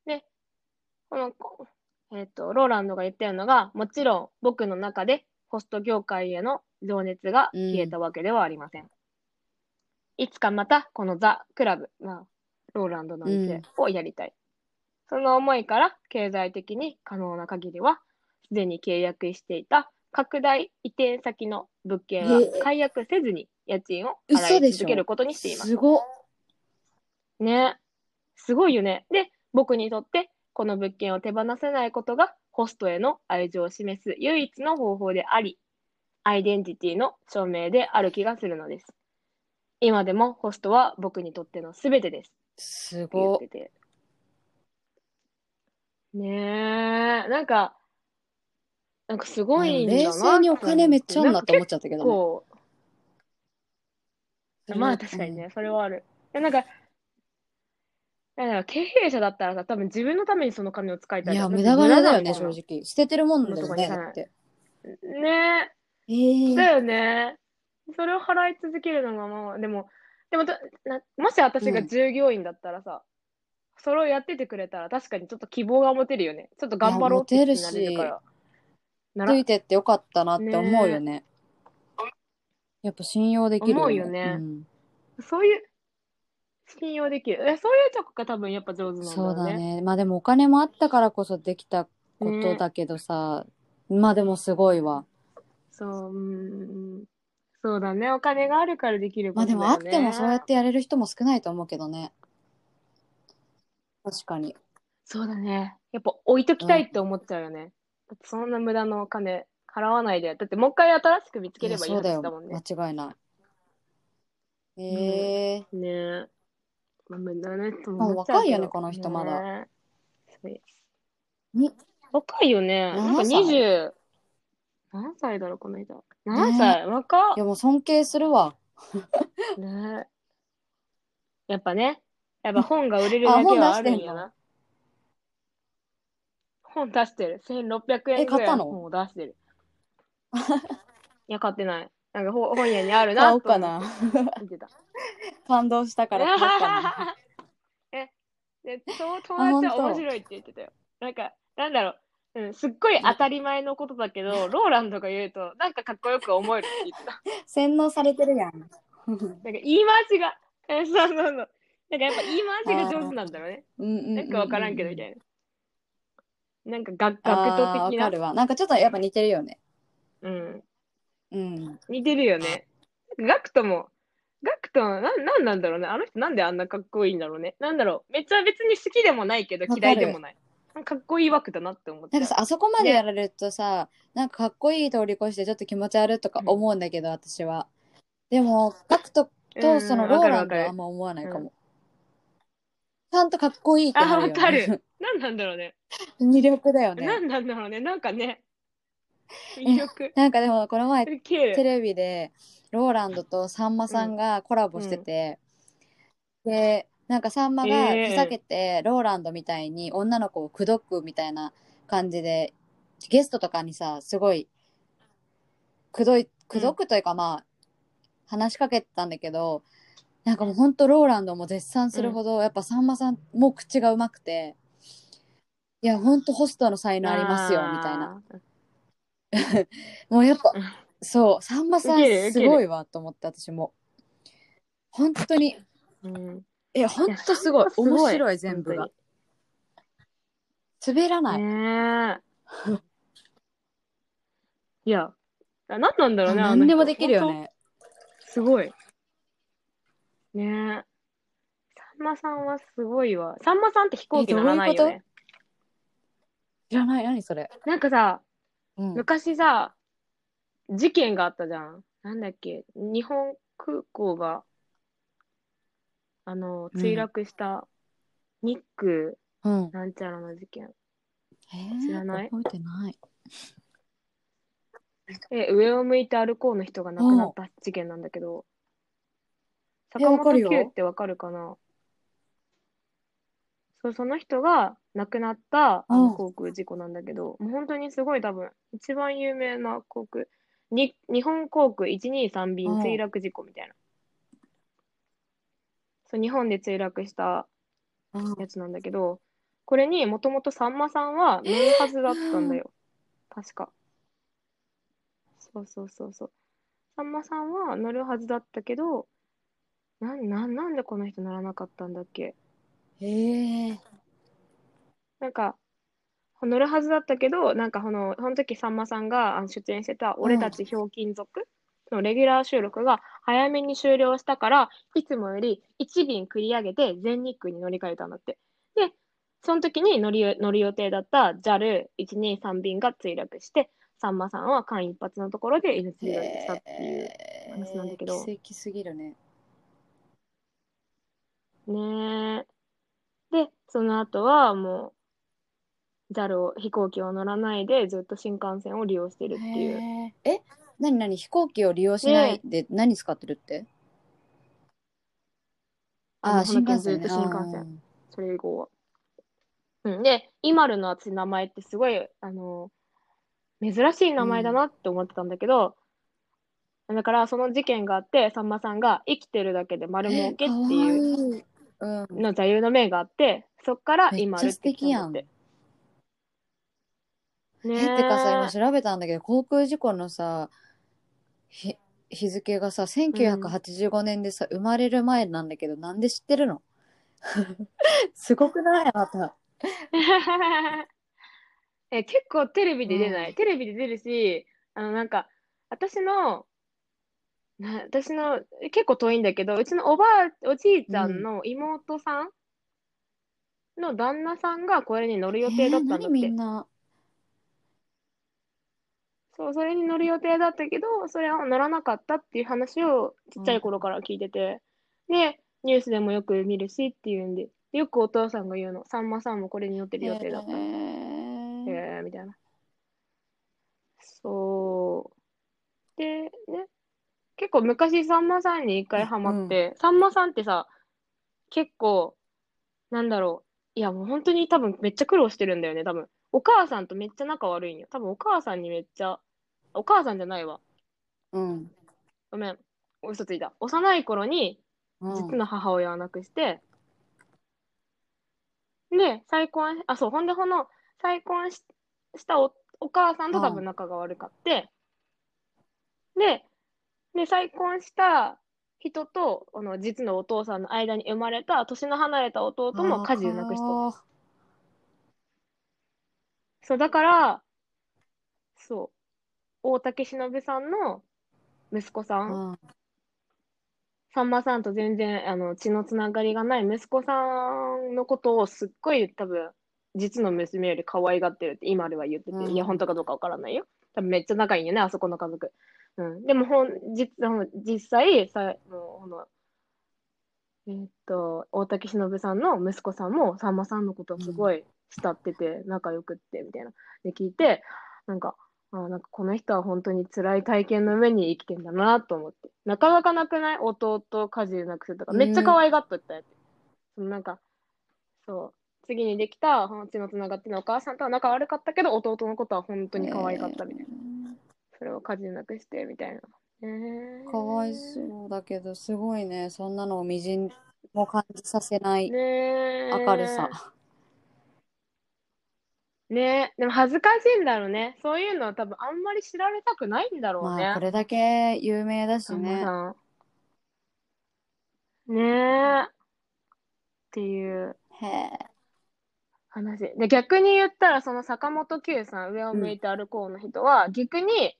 Speaker 2: で、この、こえっ、と、ローランドが言ってるのが、もちろん僕の中でホスト業界への情熱が消えたわけではありません。いつかまたこのザ・クラブ、まあ、ローランドの店をやりたい。その思いから経済的に可能な限りは、すでに契約していた拡大移転先の物件は
Speaker 1: えー
Speaker 2: 解約せずに家賃を
Speaker 1: 嘘
Speaker 2: 払
Speaker 1: で
Speaker 2: い
Speaker 1: しょ
Speaker 2: 続けることにしています。
Speaker 1: すごっ。
Speaker 2: ね。すごいよね。で、僕にとって、この物件を手放せないことが、ホストへの愛情を示す唯一の方法であり、アイデンティティの証明である気がするのです。今でもホストは僕にとっての全てです。
Speaker 1: す
Speaker 2: って言
Speaker 1: ご
Speaker 2: っ
Speaker 1: って
Speaker 2: て。ねえ、なんか、なんかすごいんだな
Speaker 1: 冷静にお金めっちゃあんなって思っ
Speaker 2: ち
Speaker 1: ちゃったけ
Speaker 2: ゃ
Speaker 1: ど
Speaker 2: う。
Speaker 1: ね
Speaker 2: こう、
Speaker 1: それ
Speaker 2: まあ確かにね、それはある。でなんか、なんだろう経営者だったらさ、多分自分のためにその金を使い
Speaker 1: うん
Speaker 2: たい
Speaker 1: い
Speaker 2: じゃ
Speaker 1: や
Speaker 2: ん。
Speaker 1: 無駄金だよね
Speaker 2: 無駄
Speaker 1: 正
Speaker 2: なの
Speaker 1: 直捨ててるもんだよね
Speaker 2: そん
Speaker 1: だ
Speaker 2: な
Speaker 1: って
Speaker 2: ね
Speaker 1: え
Speaker 2: え、
Speaker 1: ー
Speaker 2: だよね。それを払い続けるのがまあ、でも、でもとな、もし私が従業員だったらさ、それをやっててくれたら、確かにちょっと希望が持てるよね。ちょっと頑張ろうって気になれるか
Speaker 1: いや
Speaker 2: ら。な
Speaker 1: つ
Speaker 2: ら
Speaker 1: いてってよかったなって思うよねやっぱ信用できる
Speaker 2: 思うよね
Speaker 1: うん
Speaker 2: そういう、信用できる。えそういうとこが多分やっぱ上手なんだ
Speaker 1: そ
Speaker 2: ろ
Speaker 1: う
Speaker 2: う
Speaker 1: だ
Speaker 2: ね。
Speaker 1: ねまあでもお金もあったからこそできたことだけどさまあでもすごいわ
Speaker 2: そう、うん。そうだね。お金があるからできるこ
Speaker 1: まあ
Speaker 2: とだ
Speaker 1: で
Speaker 2: よね。
Speaker 1: もあってもそうやってやれる人も少ないと思うけどね確かに
Speaker 2: そうだね。やっぱ置いときたいって思っちゃうよね。だってそんな無駄なお金払わないで。だってもう一回新しく見つければいい
Speaker 1: いやそう
Speaker 2: は
Speaker 1: だ
Speaker 2: ず
Speaker 1: よ
Speaker 2: だもんね。
Speaker 1: 間違いないええ
Speaker 2: ねえ。まあ、無駄ねと
Speaker 1: まあ
Speaker 2: 思っちゃう
Speaker 1: 若
Speaker 2: けど。
Speaker 1: いよねこの人まだ
Speaker 2: ねえ。
Speaker 1: に
Speaker 2: 若いよね。なんか
Speaker 1: 7歳
Speaker 2: 20。何歳だろう、この人。何歳、若っ
Speaker 1: いやもう尊敬するわ
Speaker 2: ねやっぱね、やっぱ本が売れるだ
Speaker 1: あ
Speaker 2: け
Speaker 1: 本出
Speaker 2: はあ
Speaker 1: して
Speaker 2: る
Speaker 1: んの
Speaker 2: んやな。本出してる。1600円
Speaker 1: え
Speaker 2: ぐ
Speaker 1: 買っ
Speaker 2: ら
Speaker 1: た
Speaker 2: い
Speaker 1: の
Speaker 2: 本を出してる。いや、買ってない。なんかほ本屋にあるな
Speaker 1: 買おう
Speaker 2: と思
Speaker 1: か
Speaker 2: って
Speaker 1: な
Speaker 2: 見てた。
Speaker 1: 感動したから買おうか な
Speaker 2: え、で、そう
Speaker 1: あ
Speaker 2: 友
Speaker 1: 本
Speaker 2: 達
Speaker 1: 当
Speaker 2: は面白いって言ってたよ。なんか、なんだろう。うん、すっごい当たり前のことだ けど、ローランドが言うと、なんかかっこよく思えるって言ってた。
Speaker 1: 洗脳されてるやん。
Speaker 2: なんか言い回しが、 えそうそうそう。なんかやっぱ言い回しが上手なんだろうね。
Speaker 1: な
Speaker 2: なんかわからんけどみた
Speaker 1: い
Speaker 2: いな。なんか学
Speaker 1: な。
Speaker 2: 学徒
Speaker 1: あー
Speaker 2: 的
Speaker 1: わか
Speaker 2: な。
Speaker 1: るわ。なんかちょっとやっぱ似てるよね。
Speaker 2: うん。
Speaker 1: うん。
Speaker 2: 似てるよね。学徒もガクトン、なん、なんなんだろうね。あの人なんであんなかっこいいんだろうね。なんだろう。めっちゃ別に好きでもないけど
Speaker 1: わかる
Speaker 2: 嫌いでもない。かっこいい枠だなって思っ
Speaker 1: な
Speaker 2: て
Speaker 1: んか。さあそこまでやられるとさ、なんかかっこいい通り越してちょっと気持ち悪いとか思うんだけど、私はでもガクト
Speaker 2: う
Speaker 1: と
Speaker 2: ん
Speaker 1: その
Speaker 2: わ
Speaker 1: ロー
Speaker 2: かる
Speaker 1: ラ
Speaker 2: わ
Speaker 1: ン
Speaker 2: か
Speaker 1: ドはあ
Speaker 2: る
Speaker 1: ん。ま思わないかも、ちゃんとかっこいいって
Speaker 2: あ、
Speaker 1: なるよ、
Speaker 2: わ
Speaker 1: ね、
Speaker 2: かる。なんなんだろうね。
Speaker 1: 魅力だよね
Speaker 2: なんなんだろうね。なんかね。魅力。
Speaker 1: なんかでもこの前
Speaker 2: 綺麗。
Speaker 1: テレビでローランドとさんまさんがコラボしてて、でなんかさんまが
Speaker 2: ええ
Speaker 1: ふざけてローランドみたいに女の子を口説くみたいな感じでゲストとかにさすごい口説い口説くというかまあ話しかけてたんだけどなんかもうほんとローランドも絶賛するほど、やっぱさんまさんも口がうまくていやほんとホストの才能ありますよみたいな
Speaker 2: あー。
Speaker 1: もうやっぱ
Speaker 2: うん、
Speaker 1: そう、さんまさん
Speaker 2: ウケるウケ
Speaker 1: す
Speaker 2: る
Speaker 1: ごいわと思って、私も。本当に、
Speaker 2: うん。
Speaker 1: え、本当すごい。
Speaker 2: さんまさんすごい
Speaker 1: 面白い、全部が
Speaker 2: 本。
Speaker 1: 滑らない。
Speaker 2: ねえ。いや、あなんなんだろうね。あの人
Speaker 1: 何でもできるよ。
Speaker 2: 本
Speaker 1: ね。
Speaker 2: 当すごい。ねえ。さんまさんはすごいわ。さんまさんって飛行機乗らないよ
Speaker 1: えどういう
Speaker 2: ね。
Speaker 1: 知らない、何それ。
Speaker 2: なんかさ、
Speaker 1: うん。
Speaker 2: 昔さ、事件があったじゃん。なんだっけ、日本空港が、あの、
Speaker 1: うん
Speaker 2: 墜落した、ニック、
Speaker 1: うん、
Speaker 2: なんちゃらの事件。
Speaker 1: え
Speaker 2: 知らない
Speaker 1: 覚えてない。
Speaker 2: え、上を向いて歩こうの人が亡くなった事件なんだけど、
Speaker 1: え
Speaker 2: 坂
Speaker 1: わか
Speaker 2: 本
Speaker 1: るよ
Speaker 2: 九ってわかるかなそう、その人が亡くなったあ
Speaker 1: う
Speaker 2: の
Speaker 1: ん
Speaker 2: 航空事故なんだけど、もう本当にすごい多分、一番有名な航空、に日本航空123便
Speaker 1: うん
Speaker 2: 墜落事故みたいな。そう、日本で墜落した
Speaker 1: うん
Speaker 2: やつなんだけど、これにもともとさんまさんはメンハズだったんだよ。確か。そうそうそうそう。さんまさんは乗るはずだったけど、なんなんなんでこの人乗らなかったんだっけ
Speaker 1: ええ
Speaker 2: なんか、乗るはずだったけど、なんかこの、その時さんまさんがあの出演してた、俺たちひょうきん族のレギュラー収録が早めに終了したから、いつもより1便繰り上げて全日空に乗り換えたんだって。で、その時に乗り乗る予定だった JAL123 便が墜落して、さんまさんは間一髪のところで命
Speaker 1: え
Speaker 2: 拾いしたっていう。話なんだけど
Speaker 1: 奇跡すぎるね。
Speaker 2: ねえ。で、その後はもう、JAL を、飛行機を乗らないで、ずっと新幹線を利用してるっていう。
Speaker 1: へええ、なになに飛行機を利用しないで何使ってるってあ
Speaker 2: あ
Speaker 1: あ、
Speaker 2: の
Speaker 1: 新幹線ね。
Speaker 2: ほのけんずっと新幹線
Speaker 1: うん
Speaker 2: それ以後は。うん、で、イマルの私名前ってすごい、あの、珍しい名前だなって思ってたんだけど、だからその事件があって、さんまさんが生きてるだけで丸儲けっていう
Speaker 1: う。かわいい。うん。
Speaker 2: の座右の銘があって、そっから
Speaker 1: めっ
Speaker 2: イマ
Speaker 1: ち
Speaker 2: ル
Speaker 1: ゃ
Speaker 2: っ
Speaker 1: 素
Speaker 2: て
Speaker 1: 敵やん。
Speaker 2: 来
Speaker 1: え、
Speaker 2: たんだって。ね
Speaker 1: てかさ、今
Speaker 2: え。
Speaker 1: 調べたんだけど、航空事故のさ、ひ日付がさ、1985年でさ、生まれる前なんだけど、なんで知ってるの すごくないあなた。
Speaker 2: え、結構テレビで出ない。
Speaker 1: うん
Speaker 2: テレビで出るし、あの、なんか、私の、な、私の、え結構遠いんだけど、うちのおばあ、おじいちゃんの妹さんの旦那さんがこれに乗る予定だっ
Speaker 1: え
Speaker 2: たん
Speaker 1: ー
Speaker 2: だ
Speaker 1: 何
Speaker 2: っ
Speaker 1: み
Speaker 2: て。
Speaker 1: んな。
Speaker 2: そう、それに乗る予定だったけど、それは乗らなかったっていう話をちっちゃい頃から聞いてて、で、ニュースでもよく見るしっていうんで、よくお父さんが言うの、さんまさんもこれに乗ってる予定だったっ
Speaker 1: え
Speaker 2: て。
Speaker 1: ー
Speaker 2: えー、みたいな。そう。で、ね、結構昔さんまさんに一回ハマって、さんまさんってさ、結構、なんだろう。いや、もう本当に多分めっちゃ苦労してるんだよね、多分。お母さんとめっちゃ仲悪いんよ。多分お母さんにめっちゃ、お母さんじゃないわ。
Speaker 1: うん。
Speaker 2: ごめん。嘘ついた。幼い頃に、
Speaker 1: うん
Speaker 2: 実の母親を亡くして、で、再婚、あ、そう、ほんで、この、再婚ししたおお母さんと多分仲が悪かって、で、で、再婚した人と、あの、実のお父さんの間に生まれた、年の離れた弟も家事をなくしとった。
Speaker 1: あ
Speaker 2: そう、だから、そう、大竹しのぶさんの息子さ
Speaker 1: ー
Speaker 2: ん、
Speaker 1: うん
Speaker 2: さんまさんと全然あの血のつながりがない息子さんのことをすっごい多分実の娘より可愛がってるって今では言ってて、
Speaker 1: うん
Speaker 2: いや本当かどうかわからないよ多分めっちゃ仲いいんよねあそこの家族、うん、でもほん実実際さもうこのえーっと大竹しのぶさんの息子さんもさんまさんのことをすごい慕ってて、仲良くってみたいなで聞いてなんかあーなんかこの人は本当に辛い体験の上に生きてんだなと思って。なかなかなくない弟家事なくするとか。めっちゃ可愛がっとったやつ。そのなんか、そう。次にできた血のつながってのお母さんとは仲悪かったけど、弟のことは本当に可愛かったみたいな。それを家事なくして、みたいな。えー、
Speaker 1: かわいそうだけどすごいねそんなのをみじんも感じさせない
Speaker 2: ねえ。
Speaker 1: 明るさ、
Speaker 2: ねえ。でも恥ずかしいんだろうね。そういうのは多分あんまり知られたくないんだろうね。
Speaker 1: まあこれだけ有名だし
Speaker 2: さんま
Speaker 1: ね
Speaker 2: さん。ねえ。っていう
Speaker 1: へえ
Speaker 2: 話。で、逆に言ったら、その坂本九さん、上を向いて歩こうの人は、逆に、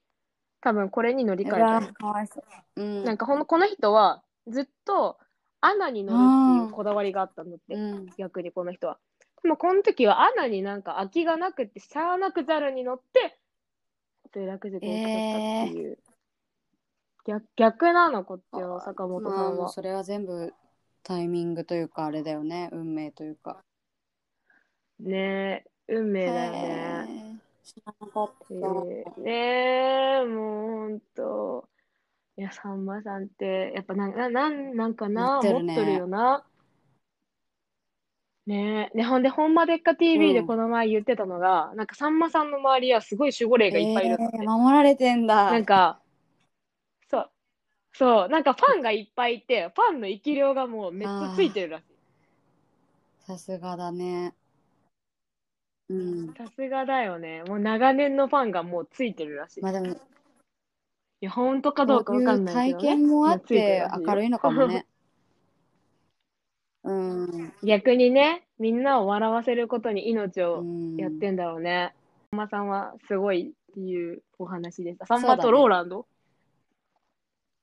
Speaker 2: 多分これに乗り換え
Speaker 1: う
Speaker 2: た
Speaker 1: わ
Speaker 2: の。
Speaker 1: かわいそう、うん、
Speaker 2: なんかほん、この人は、ずっと、アナに乗るっていうこだわりがあったんだって。
Speaker 1: うん
Speaker 2: 逆にこの人は。でもこの時はアナになんか空きがなくて、しゃーなくざるに乗って、ブラック塾に行ったっていう。逆逆なの、こっちは、坂本さ
Speaker 1: まあ
Speaker 2: ん
Speaker 1: もう
Speaker 2: は。
Speaker 1: それは全部タイミングというかあれだよね運命というか
Speaker 2: ねえ、運命だよ
Speaker 1: へ
Speaker 2: ね。
Speaker 1: え知らなかった、
Speaker 2: ねえ、もうほんと。いや、さんまさんって、やっぱなん、ななん、なんかな、
Speaker 1: 持ってる
Speaker 2: 持
Speaker 1: ね
Speaker 2: ってるよな。ねえ。で、ほんで、ほんまでっか TV で
Speaker 1: うん
Speaker 2: この前言ってたのが、なんかさんまさんの周りはすごい守護霊がいっぱいいるんだって
Speaker 1: えー守られてんだ
Speaker 2: なんか、そう、そう、なんかファンがいっぱいいて、ファンの生き量がもうめっちゃついてるらしい。
Speaker 1: さすがだねうん
Speaker 2: さすがだよね。もう長年のファンがもうついてるらしい。
Speaker 1: まあでも
Speaker 2: いや、本当かどうかわかんないけど、
Speaker 1: そ
Speaker 2: ね。
Speaker 1: ういう体験もあっ
Speaker 2: ついてる
Speaker 1: て
Speaker 2: らしよ
Speaker 1: 明るいのかも。 ね。うん。
Speaker 2: 逆にね、みんなを笑わせることに命をやってんだろうね。さんまさんはすごいっていうお話でした。さんまとローランド、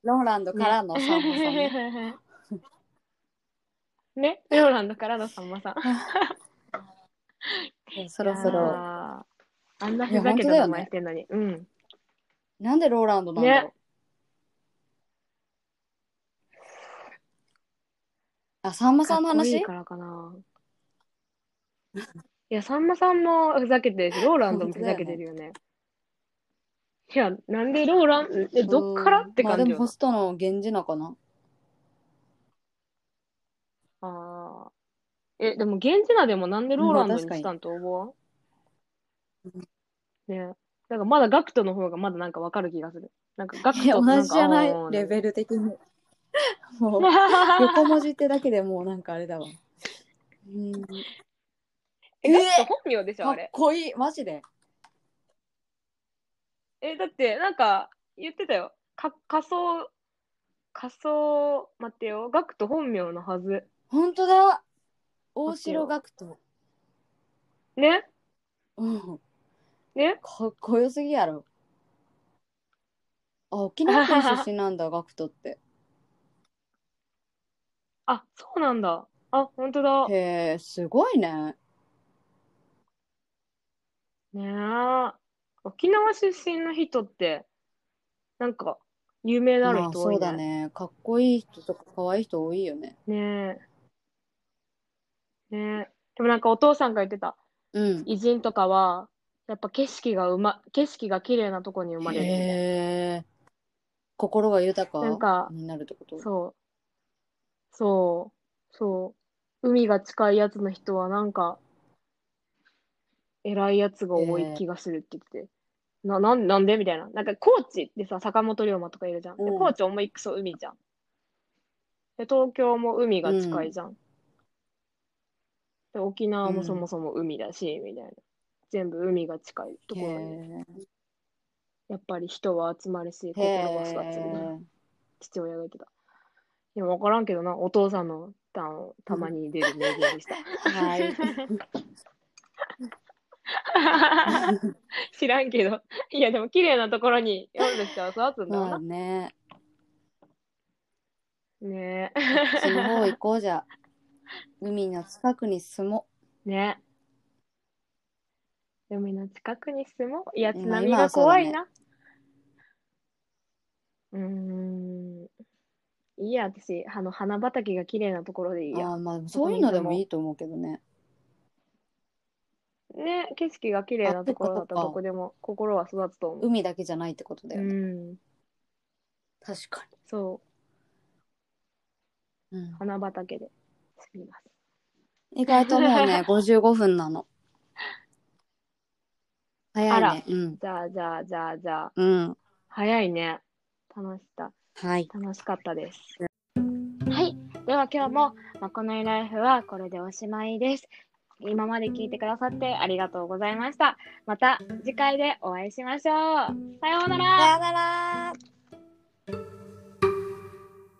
Speaker 1: ローランドからのさんまさんね。
Speaker 2: ね。 ね、ローランドからのさんまさん。
Speaker 1: そろそろ。
Speaker 2: あーあんなふざけた名前してんのに。うん。
Speaker 1: なんでローランドなんだろう。
Speaker 2: ね
Speaker 1: あ、さんまさんの
Speaker 2: かっこい
Speaker 1: 話
Speaker 2: いからかな。いや、さんまさんもふざけてるし、ローランドもふざけてるよね。いや、なんでローラン、え、どっからって
Speaker 1: うんまあ
Speaker 2: 感
Speaker 1: で
Speaker 2: じ
Speaker 1: もホ
Speaker 2: よ
Speaker 1: ストの源氏なか な。
Speaker 2: ああ。え、でも、源氏名でもなんでローランドにしたんと思わんねなんかまだガクトの方がまだなんかわかる気がする。なんかガク
Speaker 1: いや
Speaker 2: ト
Speaker 1: 同じじゃないレ
Speaker 2: ル。
Speaker 1: ベル的に。 もう横文字ってだけでもうなんかあれだわ。うん、か
Speaker 2: え、ガクト本名でしょ、あ
Speaker 1: っ
Speaker 2: れ。
Speaker 1: こいいマジで。
Speaker 2: え、だって、なんか、言ってたよ。か、仮想、仮想、待ってよ。ガクト本名のはず。
Speaker 1: 本当だ大城学徒。
Speaker 2: ね
Speaker 1: うん。
Speaker 2: ね
Speaker 1: かっこよすぎやろ。あ、沖縄県出身なんだ、ガクトって。
Speaker 2: あ、そうなんだ。あ、ほんとだ。ね
Speaker 1: へえ、すごいね。
Speaker 2: え。沖縄出身の人って、なんか、有名なる
Speaker 1: まあ、
Speaker 2: 人多
Speaker 1: そう
Speaker 2: い
Speaker 1: だ
Speaker 2: ね。
Speaker 1: ね。かっこいい人とか、かわいい人多いよね。
Speaker 2: ねえ。ねえ。でもなんかお父さんが言ってた。
Speaker 1: うん。
Speaker 2: 偉人とかは、やっぱ景色がうま、景色が綺麗なとこに生まれるみたいな。
Speaker 1: へえ。心が豊
Speaker 2: なんか
Speaker 1: かになるってこと
Speaker 2: そう。そう。そう。海が近いやつの人はなんか、偉いやつが多い気がするって言ってて。な、なん、なんでみたいな。なんか、高知ってさ、坂本龍馬とかいるじゃん。で
Speaker 1: うん
Speaker 2: 高知思いっくそ海じゃん。で、東京も海が近いじゃん。で、沖縄もそもそも海だし、みたいな。全部海が近いところに。
Speaker 1: へ
Speaker 2: やっぱり人は集まるし、
Speaker 1: え。
Speaker 2: 心は育つみたいな。
Speaker 1: へ
Speaker 2: 父親が言ってた。いや、わからんけどな、お父さんのたんたまに出る名言でした。
Speaker 1: え。 はい。
Speaker 2: 知らんけど。いや、でも綺麗なところに読んで人は育つんだろう
Speaker 1: まあ
Speaker 2: な。
Speaker 1: ね。
Speaker 2: ね
Speaker 1: そっちの方行こうじゃ。海の近くに住も
Speaker 2: え。ね海の近くに住もう。いや、
Speaker 1: う
Speaker 2: 津
Speaker 1: ん
Speaker 2: 波
Speaker 1: 今は
Speaker 2: が
Speaker 1: そうだ
Speaker 2: 怖
Speaker 1: ね。
Speaker 2: いな。うーん。いいや、私、あの、花畑が綺麗なところでいういや。
Speaker 1: ああ、まあでもそういうのでもいいと思うけどね。
Speaker 2: ね、景色が綺麗なところだと、
Speaker 1: あそっかそっか
Speaker 2: どこでも心は育つと思う。
Speaker 1: 海だけじゃないってことだよね。
Speaker 2: うん。
Speaker 1: 確か
Speaker 2: そ
Speaker 1: に。
Speaker 2: う、花畑で住みます。
Speaker 1: 意外ともう ね、55分なの。早い
Speaker 2: あら
Speaker 1: ね。うん。
Speaker 2: じゃあ、じゃあ、じゃあ、じゃあ、
Speaker 1: うん。
Speaker 2: 早いね。楽しかった。
Speaker 1: はい。
Speaker 2: 楽しかったです。はい。では今日も、まこないライフはこれでおしまいです。今まで聞いてくださってありがとうございました。また次回でお会いしましょう。さようなら。
Speaker 1: うなら